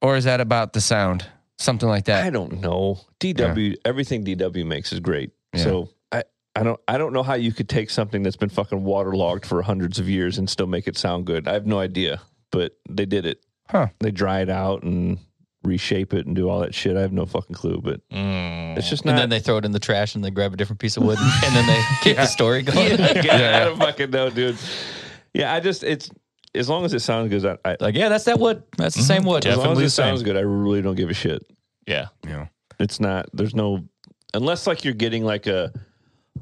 S4: or is that about the sound? Something like
S5: I
S4: that.
S5: don't know. DW everything DW makes is great. So I I don't I don't know how you could take something that's been fucking waterlogged for hundreds of years and still make it sound good. I have no idea, but they did it.
S4: Huh.
S5: They dry it out and reshape it and do all that shit. I have no fucking clue, but
S2: mm,
S5: it's just not
S3: and then they throw it in the trash and they grab a different piece of wood and then
S5: *laughs*
S3: they keep the story going.
S5: yeah, I don't fucking know, dude. Yeah, I just it's as long as it sounds good. I, I, as
S3: Like, yeah, that's that wood. That's the same wood.
S2: Yeah.
S5: long as
S2: Definitely
S5: it
S2: the same.
S5: sounds good, I really don't give a shit.
S2: yeah,
S5: It's not. There's no unless like you're getting like a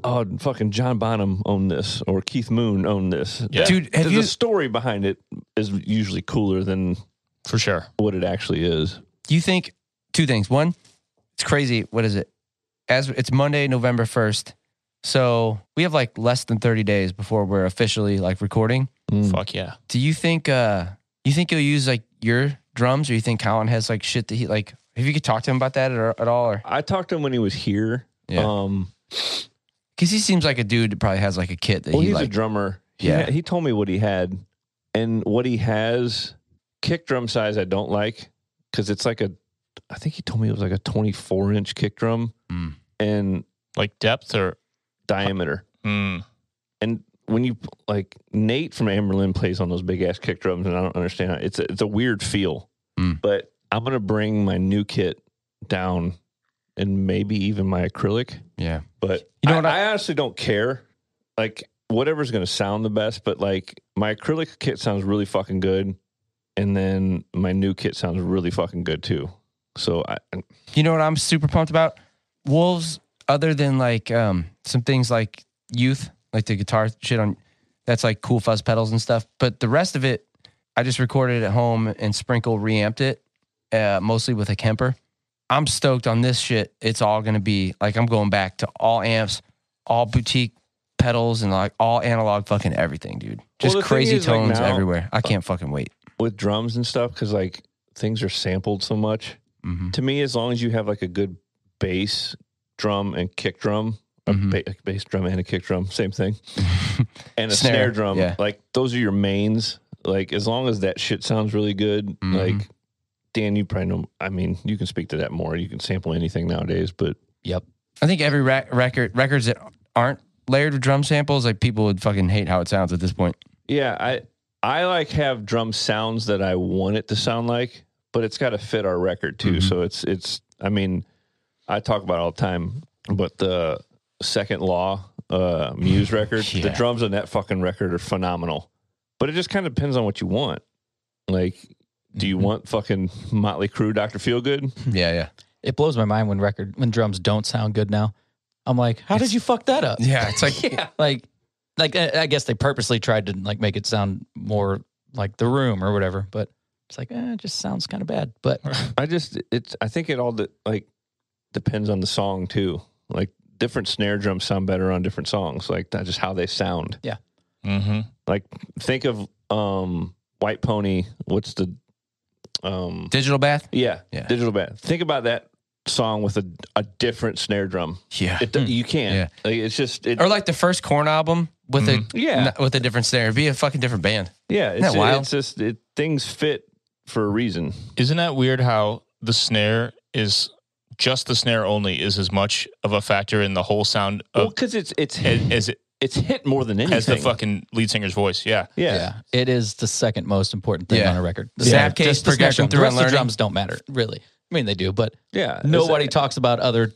S5: oh fucking John Bonham owned this or Keith Moon owned this.
S2: Yeah.
S4: Dude, have
S5: the,
S4: you-
S5: the story behind it is usually cooler than
S2: for sure.
S5: what it actually is.
S4: Do you think two things? One, it's crazy. What is it? As it's Monday, November first. So we have like less than thirty days before we're officially like recording.
S2: Fuck yeah.
S4: Do you think uh you think you'll use like your drums, or you think Colin has like shit that he like? If you could talk to him about that at, at all, or
S5: I talked to him when he was here.
S4: Yeah.
S5: Um,
S4: because he seems like a dude that probably has like a kit that
S5: well,
S4: he
S5: he's
S4: like.
S5: a drummer. He
S4: Yeah.
S5: ha- he told me what he had, and what he has kick drum size I don't like because it's like a. I think he told me it was like a 24 inch kick drum
S4: Mm.
S5: and
S2: Like depth or,
S5: diameter.
S2: mm,
S5: And when you like Nate from Amberlin plays on those big ass kick drums, and I don't understand how it's a, it's a weird feel.
S4: Mm.
S5: But I'm gonna bring my new kit down, and maybe even my acrylic.
S4: yeah,
S5: But
S4: You know
S5: I,
S4: what I-
S5: I honestly don't care. Like whatever's going to sound the best, but like my acrylic kit sounds really fucking good, and then my new kit sounds really fucking good too. So I,
S4: You know what I'm super pumped about? Wolves, other than like um, some things like youth, like the guitar shit on that's like cool fuzz pedals and stuff. But the rest of it, I just recorded at home and Sprinkle reamped it, uh, mostly with a Kemper. I'm stoked on this shit. It's all gonna be like I'm going back to all amps, all boutique pedals, and like all analog fucking everything, dude. Just
S5: the thing
S4: crazy
S5: is, like,
S4: tones
S5: now- uh,
S4: everywhere. I can't fucking wait.
S5: with drums and stuff, because like things are sampled so much.
S4: Mhm.
S5: To me, as long as you have like a good bass drum and kick drum,
S4: Mhm.
S5: a, ba- a bass drum and a kick drum, same thing, and a
S4: Snare,
S5: snare, drum,
S4: yeah.
S5: like those are your mains. Like as long as that shit sounds really good,
S4: Mhm.
S5: like Dan, you probably know. I mean, you can speak to that more. You can sample anything nowadays, but
S4: I think every ra- record records that aren't layered with drum samples, like people would fucking hate how it sounds at this point.
S5: Yeah, I I like have drum sounds that I want it to sound like, but it's got to fit our record too. So it's it's I mean, I talk about it all the time, but the Second Law uh *laughs* Muse record, the
S4: Yeah.
S5: drums on that fucking record are phenomenal. But it just kind of depends on what you want. Like do you want fucking Motley Crue, Doctor Feelgood?
S4: Yeah, yeah,
S3: It blows my mind when record when drums don't sound good now. I'm like, how did you fuck that *laughs* up?
S4: *laughs* yeah. It's like
S3: Like, like I I guess they purposely tried to like make it sound more like the room or whatever, but it's like, eh, it just sounds kind of bad. But
S5: I just it's I think it all de- like depends on the song too. Like different snare drums sound better on different songs. Like that's just how they sound.
S2: mm-hmm.
S5: like think of um white pony what's the um
S4: digital bath.
S5: yeah,
S4: Yeah.
S5: digital bat think about that song with a, a different snare drum
S4: Yeah,
S5: it, do- you can't
S4: Yeah.
S5: like, it's just it,
S4: or like the first Corn album with a
S5: Yeah.
S4: n- with a different snare. It'd be a fucking different band.
S5: yeah it's,
S4: that wild?
S5: it's just it, things fit for a reason
S2: Isn't that weird how the snare is just the snare only is as much of a factor in the whole sound
S5: well
S2: of
S5: because it's it's
S2: as,
S5: hit,
S2: as it
S5: it's hit more than anything
S2: as Oh. the fucking lead singer's voice. Yeah.
S5: yeah,
S3: yeah, it is the second most important thing
S4: Yeah.
S3: on a record. The
S4: Yeah.
S3: snare-
S4: Snap case,
S3: just the snare
S4: progression
S3: drum.
S4: through
S3: the rest of the
S4: unlearning.
S3: drums don't matter really. I mean, they do, but
S5: yeah It's-
S3: nobody talks about other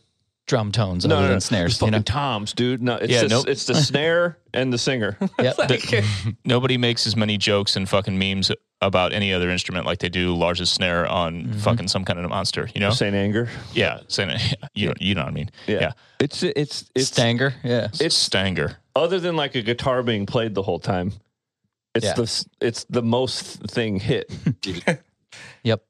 S3: drum tones other than snares.
S5: It's
S3: You know,
S5: fucking toms, dude. No, it's
S2: Yeah,
S5: the,
S2: nope.
S5: it's the snare and the singer.
S3: Yep.
S2: *laughs* Nobody makes as many jokes and fucking memes about any other instrument like they do largest snare on fucking some kind of monster. You know?
S5: Saint Anger.
S2: Yeah, saying it. *laughs* You know, you know what I mean.
S5: Yeah. It's it's it's
S3: Stanger. Yeah.
S2: it's Stanger.
S5: other than like a guitar being played the whole time. It's
S3: Yeah.
S5: the s- it's the most thing hit.
S3: *laughs* Yep.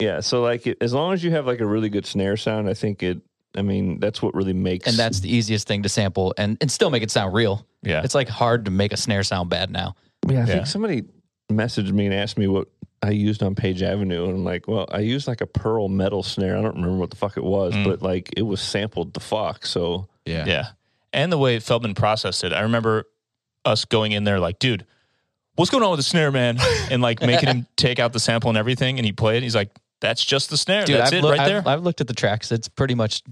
S5: yeah, so like it, as long as you have like a really good snare sound, I think it. I mean, that's what really makes
S3: And that's the easiest thing to sample and, and still make it sound real.
S2: Yeah.
S3: It's like hard to make a snare sound bad now.
S5: Yeah, I
S2: Yeah.
S5: think somebody messaged me and asked me what I used on Page Avenue, and I'm like, well, I used like a pearl metal snare. I don't remember what the fuck it was,
S3: Mm.
S5: but like it was sampled the fuck. So
S4: Yeah.
S2: Yeah. And the way Feldman processed it, I remember us going in there like, dude, what's going on with the snare, man? And like making him take out the sample and everything, and he played. it. He's like, that's just the snare. that's
S3: I've
S2: it
S3: loo-
S2: right
S3: I've-
S2: there.
S3: I've looked at the tracks. It's pretty much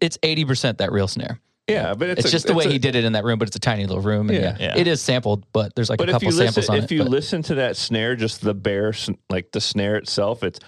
S3: it's eighty percent that real snare.
S5: yeah, but it's,
S3: It's,
S5: a-
S3: just the way
S5: a-
S3: he did it in that room, but it's a tiny little room. And yeah,
S5: Yeah.
S2: Yeah.
S3: it is sampled, but there's like
S5: But
S3: a
S5: if
S3: couple
S5: you
S3: samples
S5: listen,
S3: on it.
S5: if you
S3: but-
S5: listen to that snare, just the bare sn- like the snare itself, it's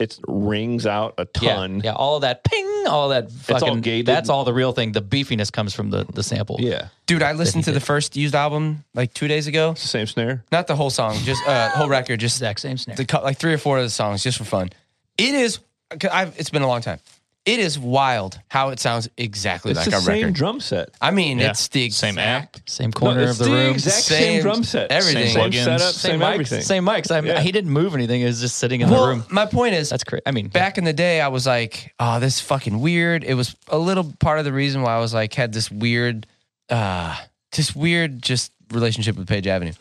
S5: it's rings out a
S3: yeah,
S5: ton.
S3: yeah, all that ping, all that
S5: all
S3: fucking.
S5: gated.
S3: That's all the real thing. The beefiness comes from the the sample.
S5: Yeah,
S4: Dude, I listened to the first used album like two days ago.
S5: same snare.
S4: Not the whole song, just uh whole record, just
S3: exact same snare.
S4: the, cou- like three or four of the songs just for fun. It is. 'cause I've, it's been a long time. It is wild how it sounds exactly
S5: It's
S4: like
S5: the
S4: our
S5: same
S4: record.
S5: drum set.
S4: I mean,
S2: Yeah.
S4: it's the
S2: same
S4: exact-
S2: amp.
S3: same corner
S5: No,
S3: of
S5: it's
S3: the, room.
S5: exact same,
S4: same-
S5: drum set.
S4: everything.
S5: same,
S2: Plugins.
S5: setup, same,
S3: same mics.
S5: everything.
S3: Same mics. I,
S5: Yeah.
S3: He didn't move anything. It was just sitting in the
S4: Well,
S3: room.
S4: my point is,
S3: That's crazy. I mean,
S4: back in the day, I was like, "Oh, this is fucking weird." It was a little part of the reason why I was like had this weird, uh, this weird just relationship with Page Avenue.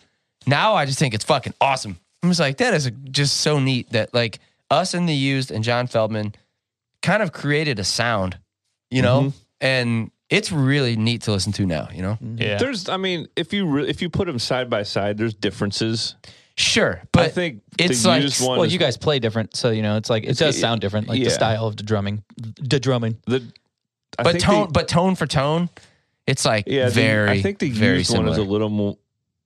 S4: Now I just think it's fucking awesome. I'm just like, that is just so neat that like us and the used and John Feldman kind of created a sound, you know,
S5: Mm-hmm.
S4: and it's really neat to listen to now, you know.
S2: yeah.
S5: There's, I mean, if you re- if you put them side by side, there's differences.
S4: Sure, but
S5: I think
S4: it's
S5: the
S4: like
S5: used one
S3: well,
S5: is-
S3: you guys play different, so you know it's like it does sound different, like the
S5: yeah.
S3: style of the drumming, the drumming.
S5: the I
S4: but
S5: think
S4: tone,
S5: the-
S4: but tone for tone, it's like
S5: yeah, the-
S4: very.
S5: I think the
S4: very
S5: used
S4: similar.
S5: one is a little more.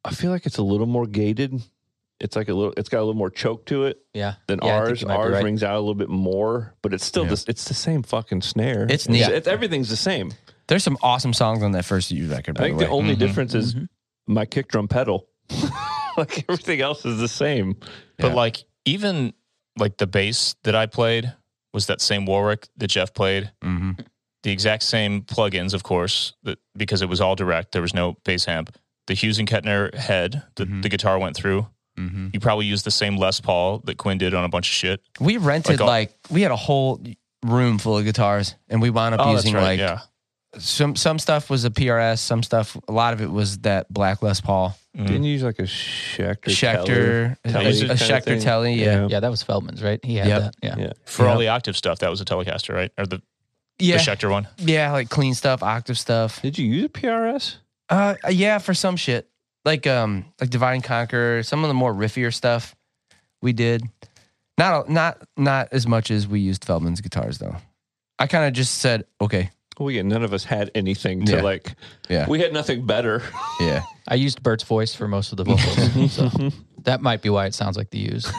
S5: I feel like it's a little more gated. It's like a little. It's got a little more choke to it
S3: Yeah,
S5: than
S3: Yeah, I think
S5: ours.
S3: you might be
S5: Ours
S3: right.
S5: rings out a little bit more, but it's still this. It's the same fucking snare.
S4: It's neat.
S5: it's everything's the same.
S4: There's some awesome songs on that first U record.
S5: I
S4: By
S5: think
S4: the way.
S5: the,
S4: Mm-hmm.
S5: only difference is
S3: Mm-hmm.
S5: my kick drum pedal. *laughs* like everything else is the same.
S2: But like even like the bass that I played was that same Warwick that Jeff played.
S4: Mhm.
S2: The exact same plugins, of course, that, because it was all direct. There was no bass amp. The Hughes and Kettner head that
S4: Mm-hmm.
S2: the guitar went through. You probably used the same Les Paul that Quinn did on a bunch of shit.
S4: we rented
S2: Like all-
S4: like, we had a whole room full of guitars, and we wound up
S5: Oh,
S3: Oh,
S4: using like
S2: yeah.
S4: some some stuff was a PRS, some stuff a lot of it was that Black Les Paul
S5: Didn't you use like a Schecter,
S4: Schecter, a,
S5: Telly
S4: a
S5: kinda
S4: Schecter
S5: thing?
S4: Telly, yeah,
S3: Yeah, that was Feldman's, right? He had
S4: Yep.
S3: that. Yeah.
S5: Yeah.
S2: For all the octave stuff, that was a Telecaster, right? Or the,
S4: yeah,
S2: the
S4: yeah,
S2: Schecter one.
S4: like clean stuff, octave stuff,
S5: Did you use a PRS?
S4: uh, yeah, for some shit like um like Divine Conquer, some of the more riffier stuff we did, not a- not not as much as we used Feldman's guitars though. I kind of just said okay,
S5: Well, yeah, none of us had anything to
S4: Yeah.
S5: like.
S4: Yeah.
S5: we had nothing better. *laughs*
S4: yeah.
S3: I used Bert's voice for most of the vocals, so that might be why it sounds like the used.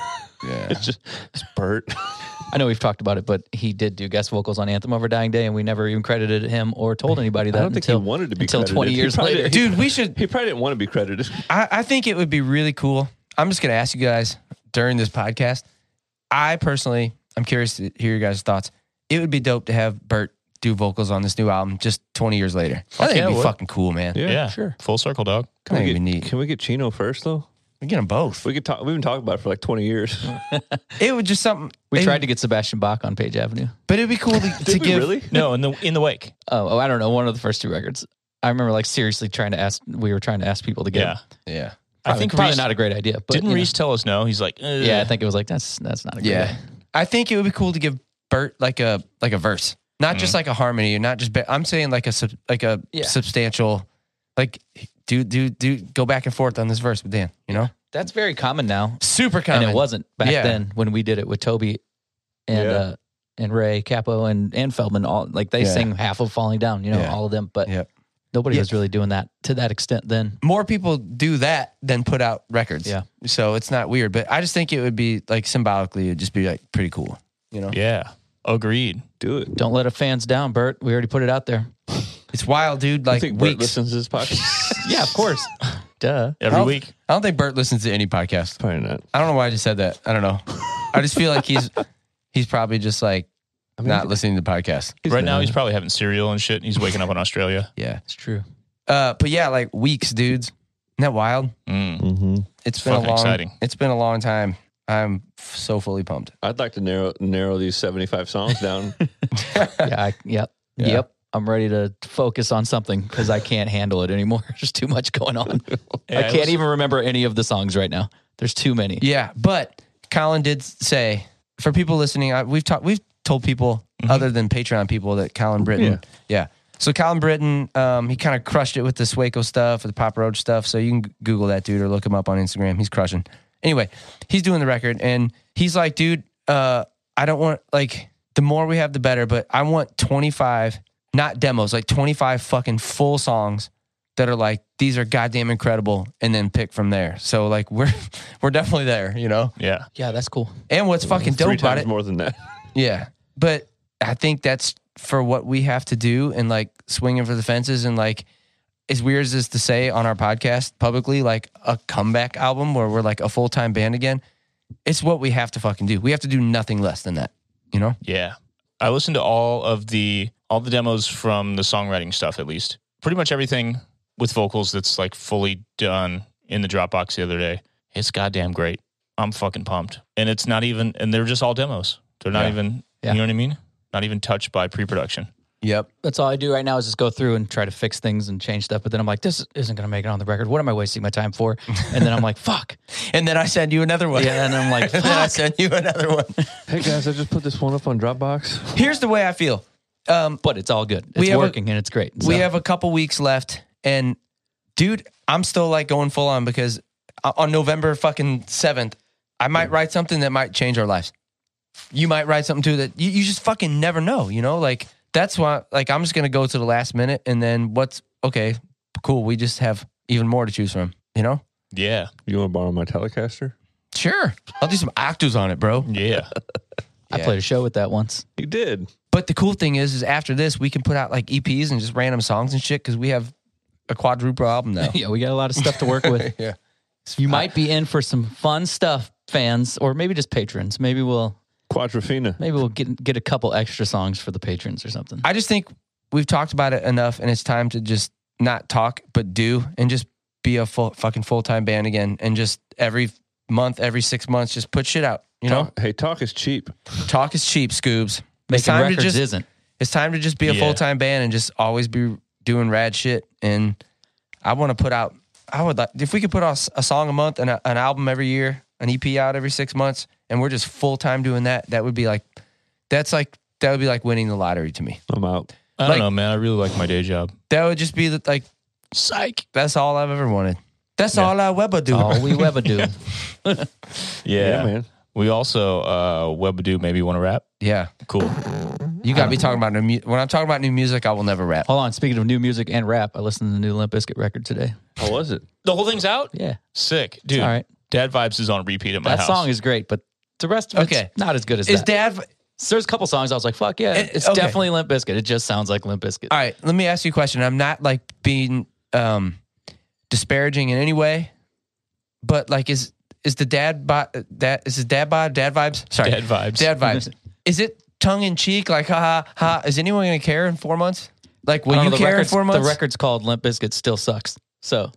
S4: Yeah.
S5: Just it's Bert.
S3: I know we've talked about it, but he did do guest vocals on Anthem Over Dying Day, and we never even credited him or told anybody that
S5: I don't think
S3: until
S5: he wanted to be
S3: until
S5: credited.
S3: twenty
S5: He
S3: years
S5: probably
S3: later.
S5: didn't-
S4: Dude, we should
S5: He probably didn't want to be credited.
S4: I, I think it would be really cool. I'm just gonna ask you guys during this podcast. I personally I'm curious to hear your guys' thoughts. It would be dope to have Bert do vocals on this new album just 20 years later. I think
S2: yeah,
S4: it'd
S2: it
S4: be
S2: would.
S4: fucking cool, man.
S5: Yeah,
S2: Yeah,
S5: sure.
S2: Full circle, dog.
S4: I think
S5: we
S4: it'd
S5: get,
S4: be neat.
S5: Can we get Chino first though?
S4: We get them both.
S5: We could talk. We've been talking about it for like twenty years.
S4: It would just something
S3: We
S4: it-
S3: tried to get Sebastian Bach on Page Avenue.
S4: but it'd be cool to, to
S5: Did we
S4: give.
S5: really?
S2: No, in the in the wake.
S3: Oh, oh, I don't know, one of the first two records. I remember like seriously trying to ask. We were trying to ask people to get.
S2: Yeah.
S3: him.
S4: Yeah,
S2: I
S3: Probably-
S2: think
S3: probably
S2: Reese,
S3: not a great idea. But,
S2: didn't
S3: you know.
S2: Reese tell us no? He's like, "Ugh."
S3: Yeah, I think it was like that's that's not a good
S4: yeah.
S3: idea.
S4: I think it would be cool to give Bert like a like a verse, not just like a harmony, or not just. Ba- I'm saying like a sub, like a
S3: Yeah.
S4: substantial, like do do do go back and forth on this verse with Dan. You know,
S3: That's very common now,
S4: super common.
S3: and it wasn't back
S4: Yeah.
S3: then when we did it with Toby and
S5: Yeah.
S3: uh, and Ray Capo and and Feldman. All like they
S4: Yeah.
S3: sang half of Falling Down, you know,
S4: Yeah.
S3: all of them. But
S4: Yep.
S3: nobody
S4: Yeah.
S3: was really doing that to that extent then.
S4: More people do that than put out records.
S3: Yeah.
S4: so it's not weird, but I just think it would be like symbolically, it'd just be like pretty cool. You know,
S2: Yeah. Agreed.
S5: Do it.
S3: Don't let our fans down, Bert. We already put it out there.
S4: It's wild, dude.
S5: I
S4: Like
S5: think Bert
S4: weeks.
S5: listens to this podcast. *laughs*
S3: Yeah, of course. *laughs* Duh.
S2: Every
S4: I'll-
S2: week.
S4: I don't think Bert listens to any podcast.
S5: Probably not.
S4: I don't know why I just said that. I don't know. I just feel like he's *laughs* he's probably just like not listening to podcasts.
S2: Right now, he's probably having cereal and shit. And he's waking up in Australia.
S4: Yeah.
S3: It's true.
S4: Uh, but yeah, like weeks, dudes. Isn't that wild?
S2: *laughs* Mm.
S5: hmm
S4: It's been a
S2: Fucking
S4: long.
S2: exciting.
S4: It's been a long time. I'm f- so fully pumped.
S5: I'd like to narrow narrow these seventy five songs *laughs* down.
S3: Yeah. I, yep. Yep. I'm ready to focus on something because I can't handle it anymore. *laughs* There's too much going on.
S2: Yeah,
S3: I
S2: it
S3: can't
S2: was-
S3: even remember any of the songs right now. There's too many.
S4: Yeah, but Colin did say for people listening, I, we've talked, we've told people other than Patreon people that Colin Britton, yeah. So Colin Britton, um, he kind of crushed it with the Swaco stuff, with the Pop Roach stuff. So you can g- Google that dude or look him up on Instagram. He's crushing. Anyway, he's doing the record, and he's like, dude, uh, I don't want like the more we have, the better. But I want twenty five, not demos, like twenty five fucking full songs that are like these are goddamn incredible and then pick from there so like we're *laughs* we're definitely there you know
S2: Yeah.
S3: Yeah, that's cool.
S4: and what's fucking
S5: Three
S4: dope about
S5: times
S4: it
S5: more than that.
S4: yeah but i think that's for what we have to do and like swinging for the fences and like as weird as this to say on our podcast publicly like a comeback album where we're like a full-time band again it's what we have to fucking do we have to do nothing less than that you know
S2: Yeah. I listened to all of the all the demos from the songwriting stuff at least. Pretty much everything with vocals that's like fully done in the Dropbox the other day. It's goddamn great. I'm fucking pumped. And it's not even and they're just all demos. They're not
S4: Yeah.
S2: even
S3: Yeah.
S2: you know what I mean? Not even touched by pre-production.
S4: yep
S3: That's all I do right now is just go through and try to fix things and change stuff. But then I'm like, this isn't going to make it on the record. What am I wasting my time for? And then I'm like, fuck.
S4: and then i send you another one
S3: Yeah, and I'm like,
S4: *laughs* and then i
S3: fuck.
S4: send you another one
S5: *laughs* hey guys, I just put this one up on Dropbox.
S4: here's the way i feel um
S3: But it's all good.
S4: We
S3: It's
S4: have a-
S3: working and it's great.
S4: we
S3: So,
S4: have a couple weeks left, and dude, I'm still like going full on because o- on November fucking seventh, I might write something that might change our lives. You might write something too that you, you just fucking never know. You know, like that's why. Like I'm just gonna go to the last minute, and then what's okay, cool. We just have even more to choose from. You know.
S2: Yeah.
S5: You want to borrow my Telecaster?
S4: Sure, I'll do some octaves on it, bro.
S2: *laughs* Yeah.
S3: I played a show with that once.
S5: You did.
S4: But the cool thing is, is after this, we can put out like EPs and just random songs and shit because we have a quadruple album now.
S3: *laughs* Yeah, we got a lot of stuff to work with.
S4: *laughs* yeah.
S3: You might be in for some fun stuff, fans, or maybe just patrons. Maybe we'll
S5: Quadrophina.
S3: maybe we'll get get a couple extra songs for the patrons or something.
S4: I just think we've talked about it enough, and it's time to just not talk but do, and just be a full fucking full time band again, and just every month, every six months, just put shit out. You know,
S5: Talk- hey, talk is cheep.
S4: talk is cheap, Scoobs. It's
S3: Making
S4: time to
S3: records
S4: just
S3: isn't.
S4: it's time to just be a
S2: Yeah.
S4: full time band and just always be doing rad shit. And I want to put out. I would like if we could put out a song a month and a, an album every year, an EP out every six months, and we're just full time doing that. That would be like, that's like that would be like winning the lottery to me.
S5: I'm out.
S2: I don't
S4: Like-
S2: know, man. I really like my day job.
S4: That would just be the, like
S2: Psych.
S4: That's all I've ever wanted. That's all I ever do.
S3: All we ever do. *laughs*
S2: Yeah.
S5: Yeah, man.
S2: We also uh Webadoo maybe want to rap.
S4: Yeah,
S2: Cool.
S4: you got to be talking about new. Mu- when I'm talking about new music, I will never rap.
S3: Hold on. Speaking of new music and rap, I listened to the new Limp Bizkit record today.
S5: How was it?
S2: The whole thing's out?
S3: Yeah,
S2: Sick. Dude.
S3: all right.
S2: Dad Vibes is on repeat at my
S3: That
S2: house.
S3: song is great, but the rest of it's
S4: Okay.
S3: not as good as
S4: Is
S3: that.
S4: dad? All
S3: So there's a couple songs I was like, fuck yeah,
S4: It-
S3: it's
S4: Eh, okay.
S3: definitely Limp Bizkit. It just sounds like Limp Bizkit.
S4: right, let me ask you a question. I'm not like being um disparaging in any way, but like, is is the dad bod that is his dad bod dad vibes? Sorry,
S2: Dad Vibes.
S4: Dad
S3: *laughs*
S4: vibes. is it tongue in cheek? Like, ha ha ha. Is anyone gonna care in four months? Like, will
S3: I
S4: you
S3: don't know, the
S4: care in
S3: record's-
S4: four months?
S3: The record's called Limp Bizkit Still Sucks. So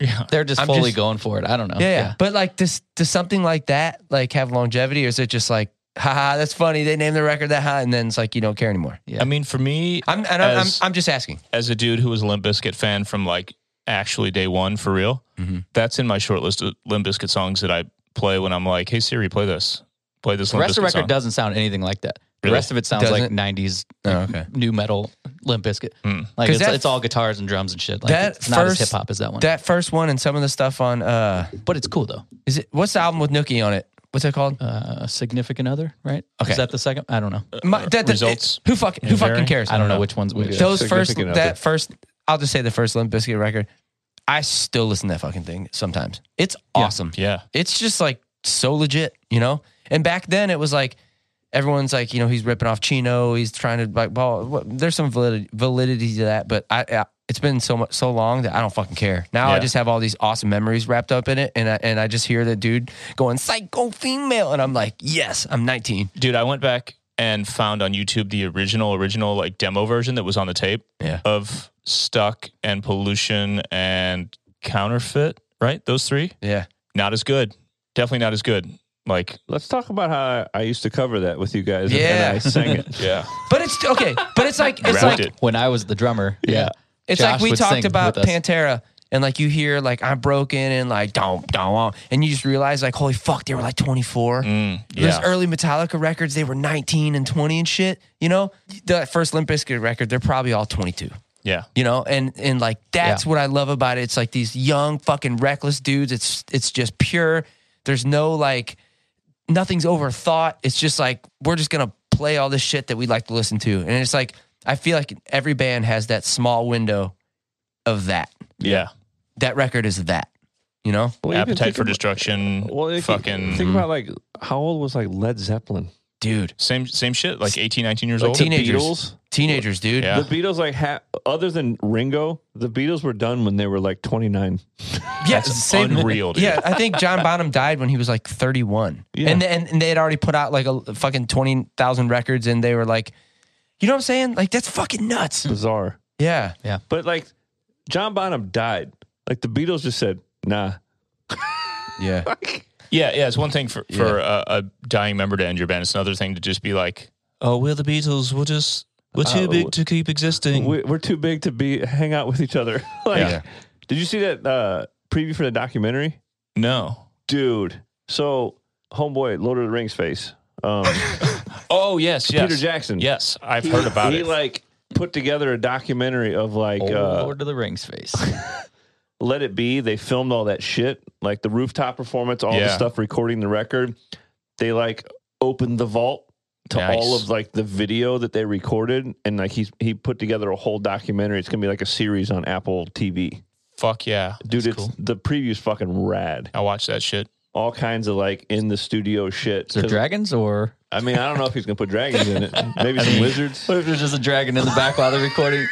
S2: Yeah.
S3: they're just
S4: I'm
S3: fully
S4: just-
S3: going for it. I don't know.
S4: Yeah, yeah. But like does does something like that like have longevity or is it just like haha that's funny they named the record that high and then it's like you don't care anymore.
S3: Yeah.
S2: I mean, for me,
S4: I'm and I'm,
S2: As-
S4: I'm I'm just asking.
S2: as a dude who was a Limp Bizkit fan from like actually day one for real, that's in my short list of Limp Bizkit songs that I play when I'm like, hey Siri, play this. Play this
S3: The
S2: Limp
S3: rest of the
S2: Bizkit
S3: record
S2: song.
S3: doesn't sound anything like that. The
S2: Really?
S3: rest of it sounds like
S4: Doesn't?
S3: 90s
S4: Oh, okay.
S3: new metal Limp Bizkit.
S2: Hmm.
S3: Like
S4: 'Cause
S3: it's,
S4: that-
S3: it's all guitars and drums and shit. Like
S4: that
S3: it's not as
S4: first-
S3: hip hop as that one.
S4: That first one and some of the stuff on uh
S3: but it's cool though.
S4: is it what's the album with Nookie on it? What's it called?
S3: Uh, significant other, right?
S4: Okay.
S3: Is that the second? I don't know.
S4: My- that- that-
S2: Results
S4: who fuck, who fucking
S2: Vary?
S4: cares?
S3: I don't know which one's which.
S4: Those first
S5: Significant
S4: that
S5: other.
S4: first I'll just say the first Limp Bizkit record. I still listen to that fucking thing sometimes. It's awesome.
S2: Yeah.
S4: It's just like so legit, you know? And back then it was like everyone's like, you know, he's ripping off Chino. He's trying to like, well, what, there's some validity, validity to that, but I, I, it's been so much, so long that I don't fucking care. Now I
S2: Yeah.
S4: just have all these awesome memories wrapped up in it, and I, and I just hear the dude going psycho female, and I'm like, yes, I'm 19.
S2: dude i went back and found on youtube the original original like demo version that was on the tape
S4: Yeah.
S2: of stuck and pollution and counterfeit right those three
S4: Yeah,
S2: not as good definitely not as good like
S5: Let's talk about how I, I used to cover that with you guys. and-
S4: Yeah.
S5: And I sang *laughs* it.
S2: yeah *laughs*
S4: but it's okay, but it's like it's
S2: Wrapped
S4: like
S2: it.
S3: when I was the drummer. Yeah.
S4: It's
S3: Josh
S4: like we
S3: would
S4: talked
S3: sing
S4: about
S3: with us.
S4: Pantera and like you hear like I'm broken and like don't don't and you just realize like holy fuck they were like 24.
S2: Mm,
S4: Those
S2: yeah
S4: early Metallica records they were 19 and 20 and shit, you know? The first Limp Bizkit record they're probably all 22.
S2: yeah
S4: You know, and and like that's what I love about it. It's like these young fucking reckless dudes. It's it's just pure. There's no like nothing's overthought. It's just like we're just gonna play all this shit that we like to listen to. And it's like I feel like every band has that small window of that.
S2: yeah
S4: That record is that. You know?
S5: Well, you can
S2: appetite
S5: think
S2: for
S5: about-
S2: destruction
S5: Well, you can
S2: fucking
S5: think about like how old was like Led Zeppelin?
S4: Dude.
S2: same same shit like 18 19 years
S5: Like
S2: old
S5: the
S4: teenagers.
S5: Beatles.
S4: Teenagers, dude.
S2: Yeah.
S5: The Beatles, like, ha- other than Ringo, the Beatles were done when they were like 29.
S4: Yeah,
S2: That's
S4: same-
S2: unreal, dude.
S4: Yeah, I think John Bonham died when he was like 31.
S5: Yeah.
S4: And, and and they had already put out like a fucking 20,000 records and they were like you know what I'm saying? Like that's fucking
S2: Mm.
S4: nuts.
S5: Bizarre.
S4: Yeah.
S5: But like, John Bonham died. Like, the Beatles just said, nah.
S4: Yeah.
S2: yeah yeah it's one thing for for uh, a dying member to end your band it's another thing to just be like oh we're the beatles we're just we're too
S5: Uh,
S2: big to keep existing
S5: We, we're too big to be hang out with each other. *laughs* like,
S4: Yeah.
S5: did you see that uh, preview for the documentary?
S2: no
S5: Dude. So, homeboy, Lord of the Rings face. Um,
S2: oh *laughs* yes yes
S5: Peter Jackson.
S2: Yes, I've heard about
S5: he
S2: it.
S5: like put together a documentary of like
S3: Old
S5: uh,
S3: Lord of the Rings face.
S5: Let It Be. They filmed all that shit, like the rooftop performance, all the
S2: Yeah.
S5: stuff recording the record. They like opened the vault to
S2: Nice.
S5: all of like the video that they recorded, and like he's he put together a whole documentary. It's gonna be like a series on Apple TV.
S2: Fuck yeah,
S5: Dude,
S2: That's
S5: it's the preview's fucking rad.
S2: I watched that shit.
S5: All kinds of like in the studio shit.
S3: Is there
S5: 'Cause,
S3: dragons or?
S5: I mean, I don't know if he's gonna put dragons
S2: *laughs*
S5: in it. Maybe some wizards.
S3: What if there's just a dragon in the back while they're *laughs* recording?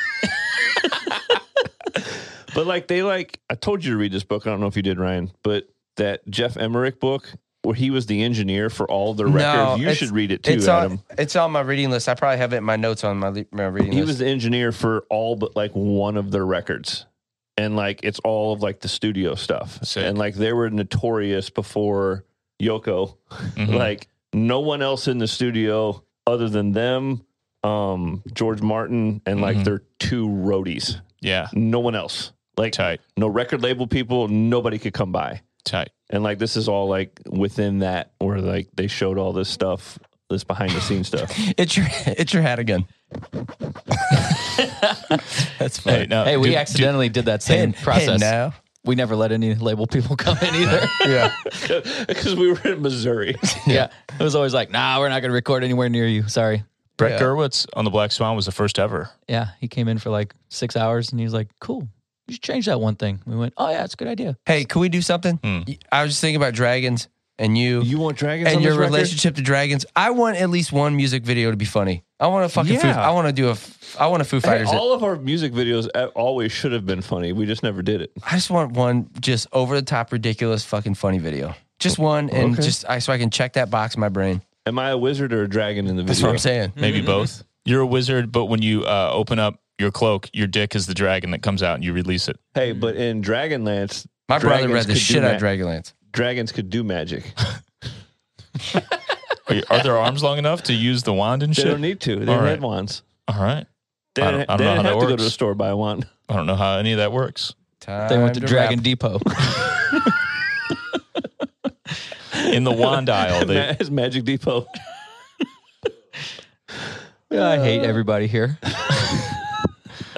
S5: But like they like I told you to read this book. I don't know if you did, Ryan, but that Jeff Emmerich book where he was the engineer for all the records. You
S4: it's-
S5: should read it too,
S4: it's
S5: Adam.
S4: On, it's on my reading list. I probably have it in my notes on my, le- my reading
S5: he
S4: list.
S5: was the engineer for all but like one of their records. And like it's all of like the studio stuff.
S2: Sick.
S5: And like they were notorious before Yoko.
S2: Mhm.
S5: *laughs* Like no one else in the studio other than them, um, George Martin and like
S2: Mhm.
S5: their two roadies.
S2: yeah,
S5: No one else. Like
S2: tight,
S5: no record label people, nobody could come by.
S2: tight.
S5: And like this is all like within that where like they showed all this stuff, this behind the scenes *laughs* stuff.
S4: It's your it's your
S2: *laughs*
S4: hat again. That's funny.
S2: Hey, no,
S3: Hey, we
S2: dude,
S3: accidentally did that same process.
S2: *laughs*
S3: We never let any label people *laughs* come in either.
S4: Yeah.
S5: Because we were in Missouri.
S3: yeah. It was always like, nah, we're not going to record anywhere near you. Sorry.
S2: dude, Brett
S4: Yeah.
S2: Gerwitz on the Black Swan was the first ever.
S3: Yeah. He came in for like six hours and he was like, cool. You should change that one thing. We went, oh, yeah, it's a good idea.
S4: Hey, can we do something?
S2: Hmm.
S4: I was just thinking about dragons and you,
S5: *laughs* You want dragons
S4: and
S5: on
S4: your
S5: this record?
S4: relationship to dragons. I want at least one music video to be funny. I want to fucking. Foo,
S5: Yeah.
S4: I want to do a. f- I want a Foo
S5: Hey,
S4: Fighters. it.
S5: all of our music videos uh, always should have been funny. We just never did it.
S4: I just want one, just over the top, ridiculous, fucking funny video. Just one, and
S5: Okay.
S4: just I so I can check that box in my brain.
S5: Am I a wizard or a dragon in the video?
S4: That's what I'm saying.
S2: Maybe
S5: Mm-hmm.
S2: both. You're a wizard, but when you uh, open up your cloak, your dick is the dragon that comes out and you release it.
S5: Hey, but in Dragonlance,
S4: My brother
S5: Dragons
S4: read the
S5: could do
S4: shit out of
S5: that.
S4: Dragonlance.
S5: dragons could do *laughs* magic.
S2: Are, you- are
S5: *laughs*
S2: their arms long enough to use the wand and
S5: They
S2: shit?
S5: don't need to. They
S2: All
S5: had
S2: right.
S5: wands.
S2: All right.
S5: They
S2: I
S5: didn't,
S2: don't-
S5: they
S2: I don't know
S5: didn't
S2: how that
S5: have to go to
S2: works.
S5: the store to buy a wand.
S2: I don't know how any of that works.
S3: They went to
S4: Time
S3: Dragon
S4: wrap.
S3: *laughs* Depot.
S2: In the wand
S5: *laughs*
S2: aisle,
S4: *laughs*
S2: they,
S5: It's Magic Depot. *laughs*
S3: I hate everybody here. *laughs*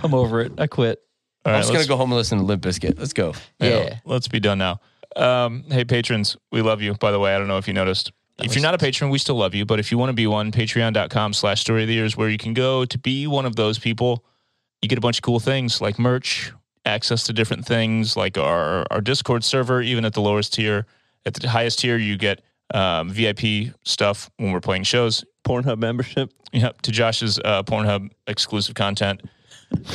S3: I'm over it. I quit.
S2: All
S4: I'm
S2: right,
S4: just gonna
S2: let's-
S4: go home and listen to Limp Bizkit. Let's go.
S3: Yeah.
S2: Let's be done now. Um, hey, patrons, we love you, by the way. I don't know if you noticed. If you're not a patron, we still love you. But if you want to be one, patreon.com slash story of the year is where you can go to be one of those people. You get a bunch of cool things like merch, access to different things like our, our Discord server, even at the lowest tier. At the highest tier, you get um, VIP stuff when we're playing shows.
S5: Pornhub membership.
S2: Yep, to Josh's uh, Pornhub exclusive content.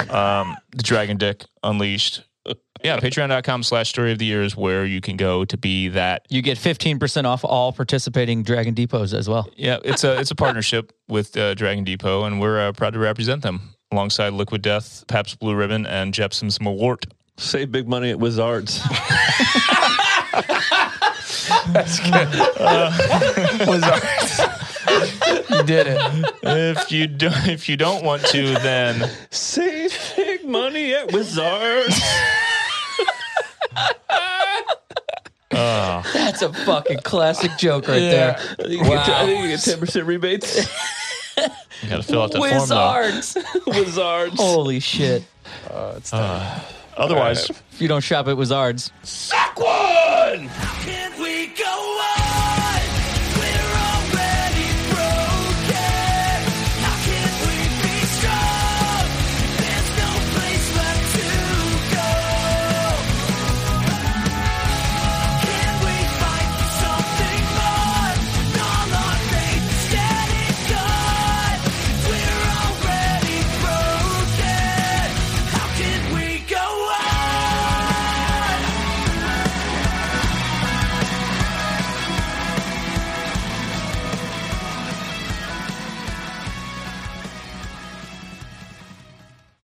S2: Um, the Dragon Dick Unleashed. Uh, Yeah, patreon.com slash story of the year is where you can go to be that.
S3: You get 15% off all participating Dragon Depots as well.
S2: Yeah, it's a it's a partnership *laughs* with uh, Dragon Depot, and we're uh, proud to represent them alongside Liquid Death, Paps Blue Ribbon, and Jepsum's Malort.
S5: Save big money at Wizards. *laughs*
S4: You did it.
S2: If you do, if you don't want to, then
S5: Save big money at Wizards.
S3: That's a fucking classic joke right
S5: I think *laughs* you get ten percent rebates. *laughs*
S2: you got to fill out that
S3: there.
S2: form. Though.
S3: Wizards.
S5: Wizards.
S3: Holy shit.
S2: Otherwise,
S3: If you don't shop at Wizards,
S5: One.